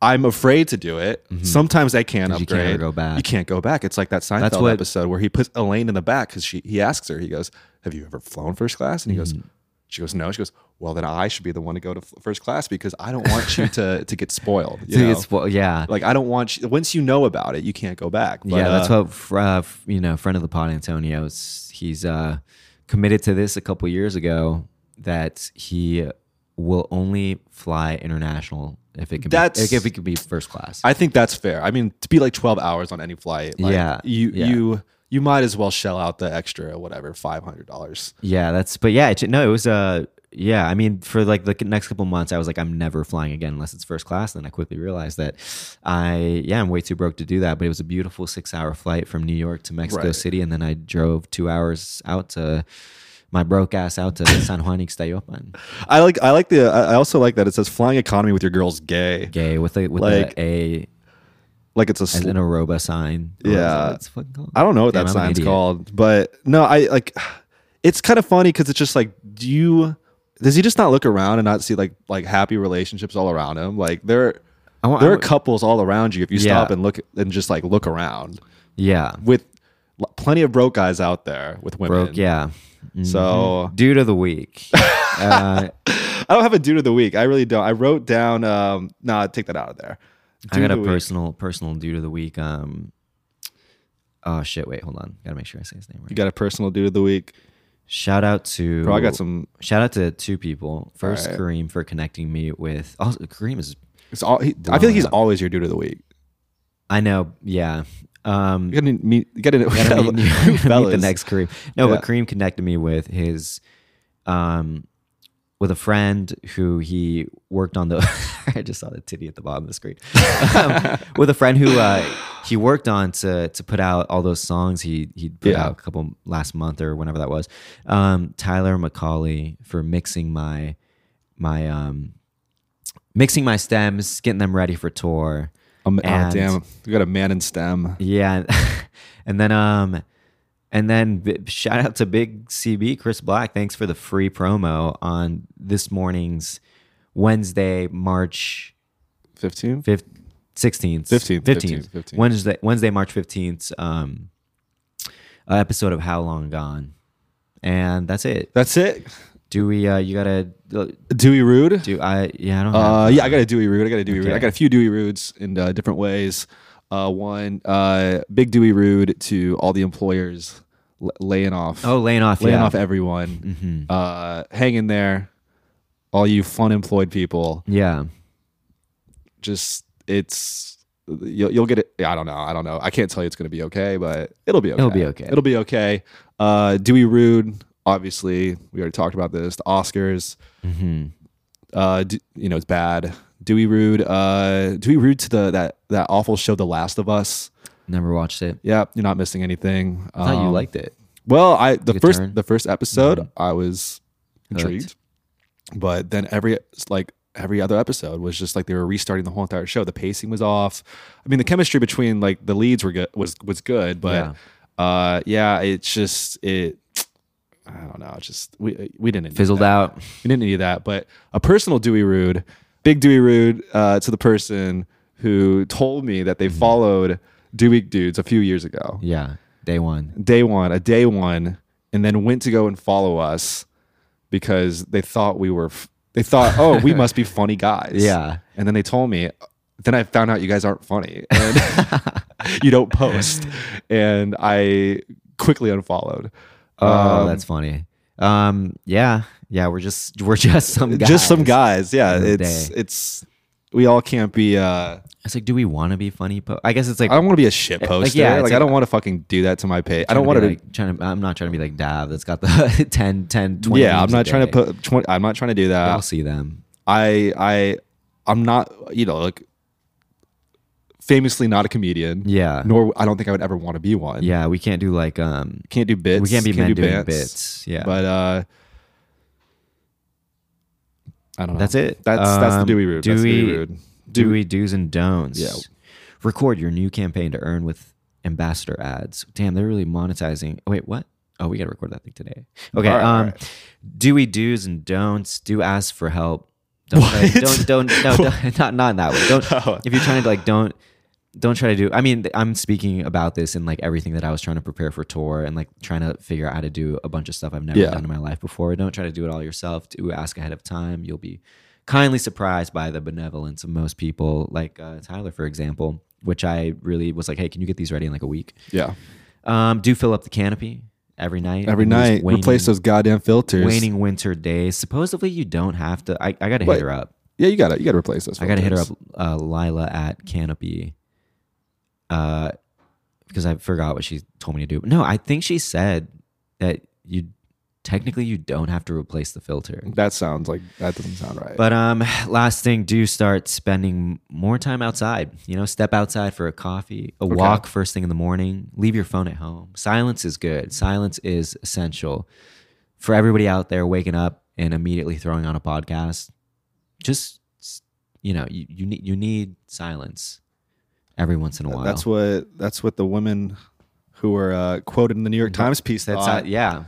[SPEAKER 2] I'm afraid to do it. Sometimes I can upgrade.
[SPEAKER 1] Mm-hmm. you can't ever go back.
[SPEAKER 2] You can't go back. It's like that Seinfeld
[SPEAKER 1] what-
[SPEAKER 2] episode where he puts Elaine in the back because she he asks her. He goes, "Have you ever flown first class?" And he
[SPEAKER 1] Mm-hmm.
[SPEAKER 2] goes. She goes no. She goes well. Then I should be the one to go to f- first class because I don't want you to to get spoiled. You
[SPEAKER 1] [LAUGHS] Dude,
[SPEAKER 2] know?
[SPEAKER 1] it's- well, yeah,
[SPEAKER 2] like I don't want you. Once you know about it, you can't go back. But,
[SPEAKER 1] yeah, that's
[SPEAKER 2] uh,
[SPEAKER 1] what fr- uh, f- you know. Friend of the pod, Antonio. s- He's uh, committed to this a couple years ago that he will only fly international if it can.
[SPEAKER 2] That's-
[SPEAKER 1] be, if it can be first class.
[SPEAKER 2] I think that's fair. I mean, to be like twelve hours on any flight, like,
[SPEAKER 1] Yeah,
[SPEAKER 2] you
[SPEAKER 1] yeah.
[SPEAKER 2] you you might as well shell out the extra whatever five hundred dollars.
[SPEAKER 1] Yeah, that's but yeah, it, no, it was uh yeah, I mean for like the next couple months I was like I'm never flying again unless it's first class and then I quickly realized that I yeah, I'm way too broke to do that, but it was a beautiful 6-hour flight from New York to Mexico
[SPEAKER 2] Right.
[SPEAKER 1] City and then I drove 2 hours out to my broke ass out to San Juan Ixtayopan.
[SPEAKER 2] I like I like the I I also like that it says flying economy with your girls gay
[SPEAKER 1] Gay with a with
[SPEAKER 2] Like,
[SPEAKER 1] a, a
[SPEAKER 2] like it's a
[SPEAKER 1] as
[SPEAKER 2] sl-
[SPEAKER 1] an aeroba sign. What is
[SPEAKER 2] Yeah.
[SPEAKER 1] that? It's fucking called.
[SPEAKER 2] I don't know what
[SPEAKER 1] Damn,
[SPEAKER 2] that
[SPEAKER 1] I'm an
[SPEAKER 2] sign's
[SPEAKER 1] idiot.
[SPEAKER 2] called, but no, I like it's kind of funny because it's just like, do you does he just not look around and not see like like happy relationships all around him? Like there
[SPEAKER 1] I want- I
[SPEAKER 2] there are
[SPEAKER 1] want-
[SPEAKER 2] couples all around you if you
[SPEAKER 1] Yeah.
[SPEAKER 2] stop and look and just like look around [LAUGHS]
[SPEAKER 1] Yeah.
[SPEAKER 2] with l- plenty of broke guys out there with women.
[SPEAKER 1] Broke, yeah. Mm. Mm-hmm.
[SPEAKER 2] So
[SPEAKER 1] Dude of the
[SPEAKER 2] [LAUGHS]
[SPEAKER 1] week. uh,
[SPEAKER 2] I don't have a dude of the week. I really don't. I wrote down um nah, take that out of there.
[SPEAKER 1] I
[SPEAKER 2] Dude
[SPEAKER 1] got
[SPEAKER 2] of
[SPEAKER 1] a
[SPEAKER 2] the week.
[SPEAKER 1] personal personal dude of the week. Um, oh shit! Wait, hold on. Gotta make sure I say his name
[SPEAKER 2] You
[SPEAKER 1] right.
[SPEAKER 2] got a personal dude of the week.
[SPEAKER 1] Shout out to
[SPEAKER 2] Bro, I got some
[SPEAKER 1] Shout out to two people. First,
[SPEAKER 2] Alright.
[SPEAKER 1] Kareem for connecting me with. Also, Kareem is.
[SPEAKER 2] it's all he, I feel like he's always your dude of the week.
[SPEAKER 1] I know. Yeah. Um,
[SPEAKER 2] You gotta meet you gotta, [LAUGHS]
[SPEAKER 1] I [LAUGHS] gotta meet,
[SPEAKER 2] new
[SPEAKER 1] meet the
[SPEAKER 2] fellas.
[SPEAKER 1] next Kareem. No, but
[SPEAKER 2] Yeah.
[SPEAKER 1] Kareem connected me with his, um, with a friend who he worked on the. [LAUGHS] I just saw the titty at the bottom of the screen. [LAUGHS] Um, with a friend who uh, he worked on to to put out all those songs he he put
[SPEAKER 2] Yeah.
[SPEAKER 1] out a couple last month or whenever that was. Um, Tyler McCauley for mixing my my um mixing my stems, getting them ready for tour.
[SPEAKER 2] Um, oh,
[SPEAKER 1] And-
[SPEAKER 2] damn, we got a man in STEM.
[SPEAKER 1] Yeah, and [LAUGHS] then um, and then b- shout out to Big CB Chris Black. Thanks for the free promo on this morning's Wednesday, March
[SPEAKER 2] 15?
[SPEAKER 1] fifth, sixteenth,
[SPEAKER 2] 15th, 15th, 15th.
[SPEAKER 1] Wednesday, Wednesday, March fifteenth. Um, uh, episode of How Long Gone, and that's it.
[SPEAKER 2] That's it.
[SPEAKER 1] Do we? Uh, you gotta
[SPEAKER 2] Dewey Rude.
[SPEAKER 1] do I? Yeah, I don't.
[SPEAKER 2] Uh,
[SPEAKER 1] have,
[SPEAKER 2] yeah, I got a Dewey Rude. I got a Dewey Rude. I
[SPEAKER 1] Okay.
[SPEAKER 2] got a few Dewey Rudes in uh, different ways. Uh, one, uh, big Dewey Rude to all the employers l- laying off,
[SPEAKER 1] Oh, laying off.
[SPEAKER 2] laying
[SPEAKER 1] yeah. Mm-hmm.
[SPEAKER 2] off everyone. Uh, hang in there, all you fun employed people.
[SPEAKER 1] Yeah.
[SPEAKER 2] Just it's. You'll, you'll get it. I don't know. I don't know. I can't tell you it's going to be okay, but it'll be okay.
[SPEAKER 1] It'll be okay.
[SPEAKER 2] It'll be okay. Uh, Dewey Rude, obviously, we already talked about this. The Oscars,
[SPEAKER 1] hmm
[SPEAKER 2] uh, d- you know, it's bad. Dewey Rude, uh, Dewey Rude to the that that awful show, The Last of Us.
[SPEAKER 1] Never watched it.
[SPEAKER 2] Yeah, you're not missing anything.
[SPEAKER 1] I thought you
[SPEAKER 2] Um,
[SPEAKER 1] liked it.
[SPEAKER 2] Well, I the
[SPEAKER 1] Good
[SPEAKER 2] first
[SPEAKER 1] turn. Mm-hmm.
[SPEAKER 2] the first episode, I was
[SPEAKER 1] Hooked.
[SPEAKER 2] intrigued, but then every like every other episode was just like they were restarting the whole entire show. The pacing was off. I mean, the chemistry between like the leads were good was was good, but uh, yeah, it's just it. I don't know. It's just we we didn't need
[SPEAKER 1] Fizzled
[SPEAKER 2] that.
[SPEAKER 1] out.
[SPEAKER 2] We didn't need that, but a personal Dewey Rude, big Dewey Rude uh, to the person who told me that they
[SPEAKER 1] Mm-hmm.
[SPEAKER 2] followed Dewey dudes a few years ago
[SPEAKER 1] Yeah. Day one.
[SPEAKER 2] day one, a day one, and then went to go and follow us because they thought we were, f- they thought, oh, we
[SPEAKER 1] [LAUGHS]
[SPEAKER 2] must be funny guys.
[SPEAKER 1] Yeah.
[SPEAKER 2] And then they told me, then I found out you guys aren't funny
[SPEAKER 1] [LAUGHS]
[SPEAKER 2] and you don't post. And I quickly unfollowed.
[SPEAKER 1] Oh,
[SPEAKER 2] Um,
[SPEAKER 1] that's funny. Um, yeah, yeah, we're just we're [LAUGHS] just some guys.
[SPEAKER 2] Just some guys. Yeah.
[SPEAKER 1] End of the
[SPEAKER 2] It's,
[SPEAKER 1] day.
[SPEAKER 2] it's, we all can't be, uh,
[SPEAKER 1] It's like, do we want to be funny? Po- I guess it's like
[SPEAKER 2] I don't want to be a shit poster. Like,
[SPEAKER 1] yeah, it's
[SPEAKER 2] I
[SPEAKER 1] like-
[SPEAKER 2] don't want to fucking do that to my page. I don't want
[SPEAKER 1] wanna
[SPEAKER 2] to.
[SPEAKER 1] be like, trying to. I'm not trying to be like Dav. That's got the [LAUGHS] 10, 10, 20
[SPEAKER 2] yeah, I'm
[SPEAKER 1] memes a
[SPEAKER 2] not trying to
[SPEAKER 1] day.
[SPEAKER 2] put. 20, I'm not trying to do that.
[SPEAKER 1] I'll see them.
[SPEAKER 2] I I I'm not you know like famously not a comedian.
[SPEAKER 1] Yeah.
[SPEAKER 2] Nor I don't think I would ever want to be one.
[SPEAKER 1] Yeah, we can't do like um.
[SPEAKER 2] Can't do bits.
[SPEAKER 1] we can't be men
[SPEAKER 2] do
[SPEAKER 1] doing
[SPEAKER 2] bants,
[SPEAKER 1] bits. Yeah,
[SPEAKER 2] But uh I don't know.
[SPEAKER 1] that's it.
[SPEAKER 2] That's that's the
[SPEAKER 1] Um,
[SPEAKER 2] Dewey Rude.
[SPEAKER 1] Dewey,
[SPEAKER 2] that's the Dewey Rude. Dew-
[SPEAKER 1] Dewey do's and don'ts.
[SPEAKER 2] Yeah.
[SPEAKER 1] Record your new campaign to earn with ambassador ads. Damn, they're really monetizing. Oh, wait, what? Oh, we got to record that thing today. Okay.
[SPEAKER 2] All right, all
[SPEAKER 1] um, Dewey do's and don'ts. Do ask for help. Don't try-
[SPEAKER 2] [LAUGHS] What?
[SPEAKER 1] don't don't no don't, [LAUGHS] not not in that way. Don't
[SPEAKER 2] [LAUGHS] Oh.
[SPEAKER 1] if you're trying to like don't don't try to do. I mean, I'm speaking about this in like everything that I was trying to prepare for tour and like trying to figure out how to do a bunch of stuff I've never
[SPEAKER 2] Yeah.
[SPEAKER 1] done in my life before. Don't try to do it all yourself. Do ask ahead of time. You'll be kindly surprised by the benevolence of most people, like uh, Tyler, for example, which I really was like, hey, can you get these ready in like a week?
[SPEAKER 2] yeah.
[SPEAKER 1] Um, do fill up the canopy every night.
[SPEAKER 2] Every
[SPEAKER 1] in these
[SPEAKER 2] night
[SPEAKER 1] waning-
[SPEAKER 2] replace those goddamn filters.
[SPEAKER 1] waning winter days. Supposedly, you don't have to. I, I got to
[SPEAKER 2] Wait.
[SPEAKER 1] hit her up.
[SPEAKER 2] Yeah, you gotta you gotta replace those.
[SPEAKER 1] uh, I got to hit her up,
[SPEAKER 2] filters.
[SPEAKER 1] uh, Lila at Canopy. Uh, because I forgot what she told me to do. But no, I think she said that you technically you don't have to replace the filter.
[SPEAKER 2] That sounds like that doesn't sound right.
[SPEAKER 1] But um, [SIGHS] last thing, do start spending more time outside. You know, step outside for a coffee, a walk first thing in the morning. Leave your phone at home. Silence is good. Silence is essential for everybody out there waking up and immediately throwing on a podcast. Just you know, you, you need you need silence every once in a while.
[SPEAKER 2] that's what that's what the women who were uh, quoted in the New York Times piece
[SPEAKER 1] Mm-hmm. That's
[SPEAKER 2] thought,
[SPEAKER 1] how- yeah.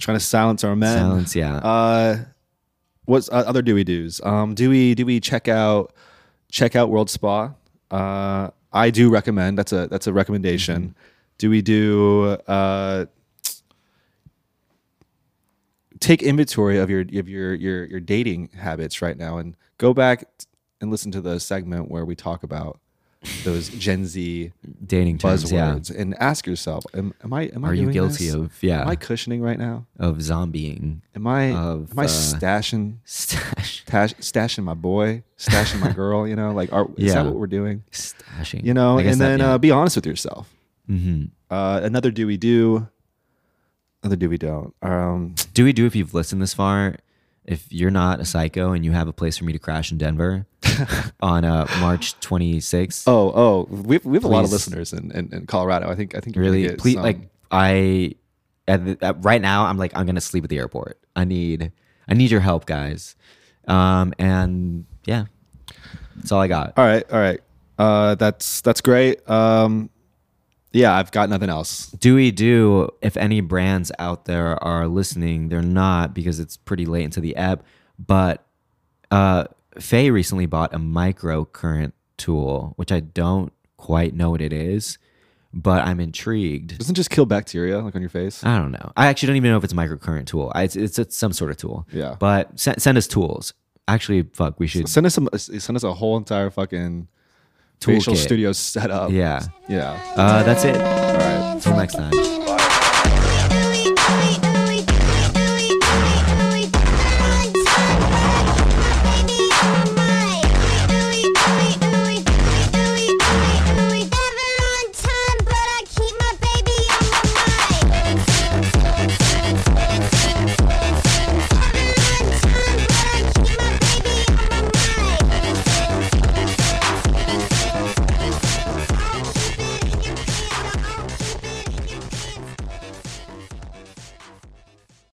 [SPEAKER 2] trying to silence our men.
[SPEAKER 1] Silence, yeah.
[SPEAKER 2] Uh, what's uh, other do we do's? Um, do we do we check out check out World Spa? Uh, I do recommend. That's a that's a recommendation.
[SPEAKER 1] Mm-hmm.
[SPEAKER 2] Do we do uh, take inventory of your of your your your dating habits right now and go back and listen to the segment where we talk about those Gen Z
[SPEAKER 1] Dating terms, yeah.
[SPEAKER 2] buzzwords and ask yourself am, am I am I
[SPEAKER 1] Are you
[SPEAKER 2] doing
[SPEAKER 1] guilty
[SPEAKER 2] this?
[SPEAKER 1] of yeah
[SPEAKER 2] am I cushioning right now?
[SPEAKER 1] of zombieing?
[SPEAKER 2] Am I
[SPEAKER 1] Of,
[SPEAKER 2] am I
[SPEAKER 1] uh,
[SPEAKER 2] stashing
[SPEAKER 1] [LAUGHS] Stash,
[SPEAKER 2] tash, stashing my boy, stashing my girl? You know, like are, is
[SPEAKER 1] Yeah.
[SPEAKER 2] that what we're doing?
[SPEAKER 1] stashing.
[SPEAKER 2] You know,
[SPEAKER 1] I guess
[SPEAKER 2] and
[SPEAKER 1] that-
[SPEAKER 2] then
[SPEAKER 1] yeah.
[SPEAKER 2] uh, be honest with yourself.
[SPEAKER 1] Mhm.
[SPEAKER 2] Uh, another do we do? Another do we don't? Um,
[SPEAKER 1] do we do if you've listened this far? If you're not a psycho and you have a place for me to crash in
[SPEAKER 2] [LAUGHS]
[SPEAKER 1] Denver on uh, March 26th,
[SPEAKER 2] oh oh, we have, we have a lot of
[SPEAKER 1] Please.
[SPEAKER 2] listeners in, in, in Colorado. I think I think you're gonna
[SPEAKER 1] really,
[SPEAKER 2] get
[SPEAKER 1] please,
[SPEAKER 2] some-
[SPEAKER 1] like I, at the, at, right now, I'm like I'm gonna sleep at the airport. I need, I need your help, guys. Um, and yeah, that's all I got.
[SPEAKER 2] all right all right. Uh, that's that's great. Um, yeah, I've got nothing else.
[SPEAKER 1] do we do if any brands out there are listening they're not because it's pretty late into the app but uh faye recently bought a microcurrent tool which i don't quite know what it is but i'm intrigued
[SPEAKER 2] Doesn't it just kill bacteria like on your face.
[SPEAKER 1] i don't know i actually don't even know if it's a microcurrent tool I, it's, it's it's some sort of tool
[SPEAKER 2] Yeah.
[SPEAKER 1] but send, send us tools actually fuck we should
[SPEAKER 2] Send us some. Send us a whole entire fucking facial
[SPEAKER 1] Toolkit.
[SPEAKER 2] studio setup.
[SPEAKER 1] yeah
[SPEAKER 2] Yeah.
[SPEAKER 1] uh that's it
[SPEAKER 2] All right.
[SPEAKER 1] till next time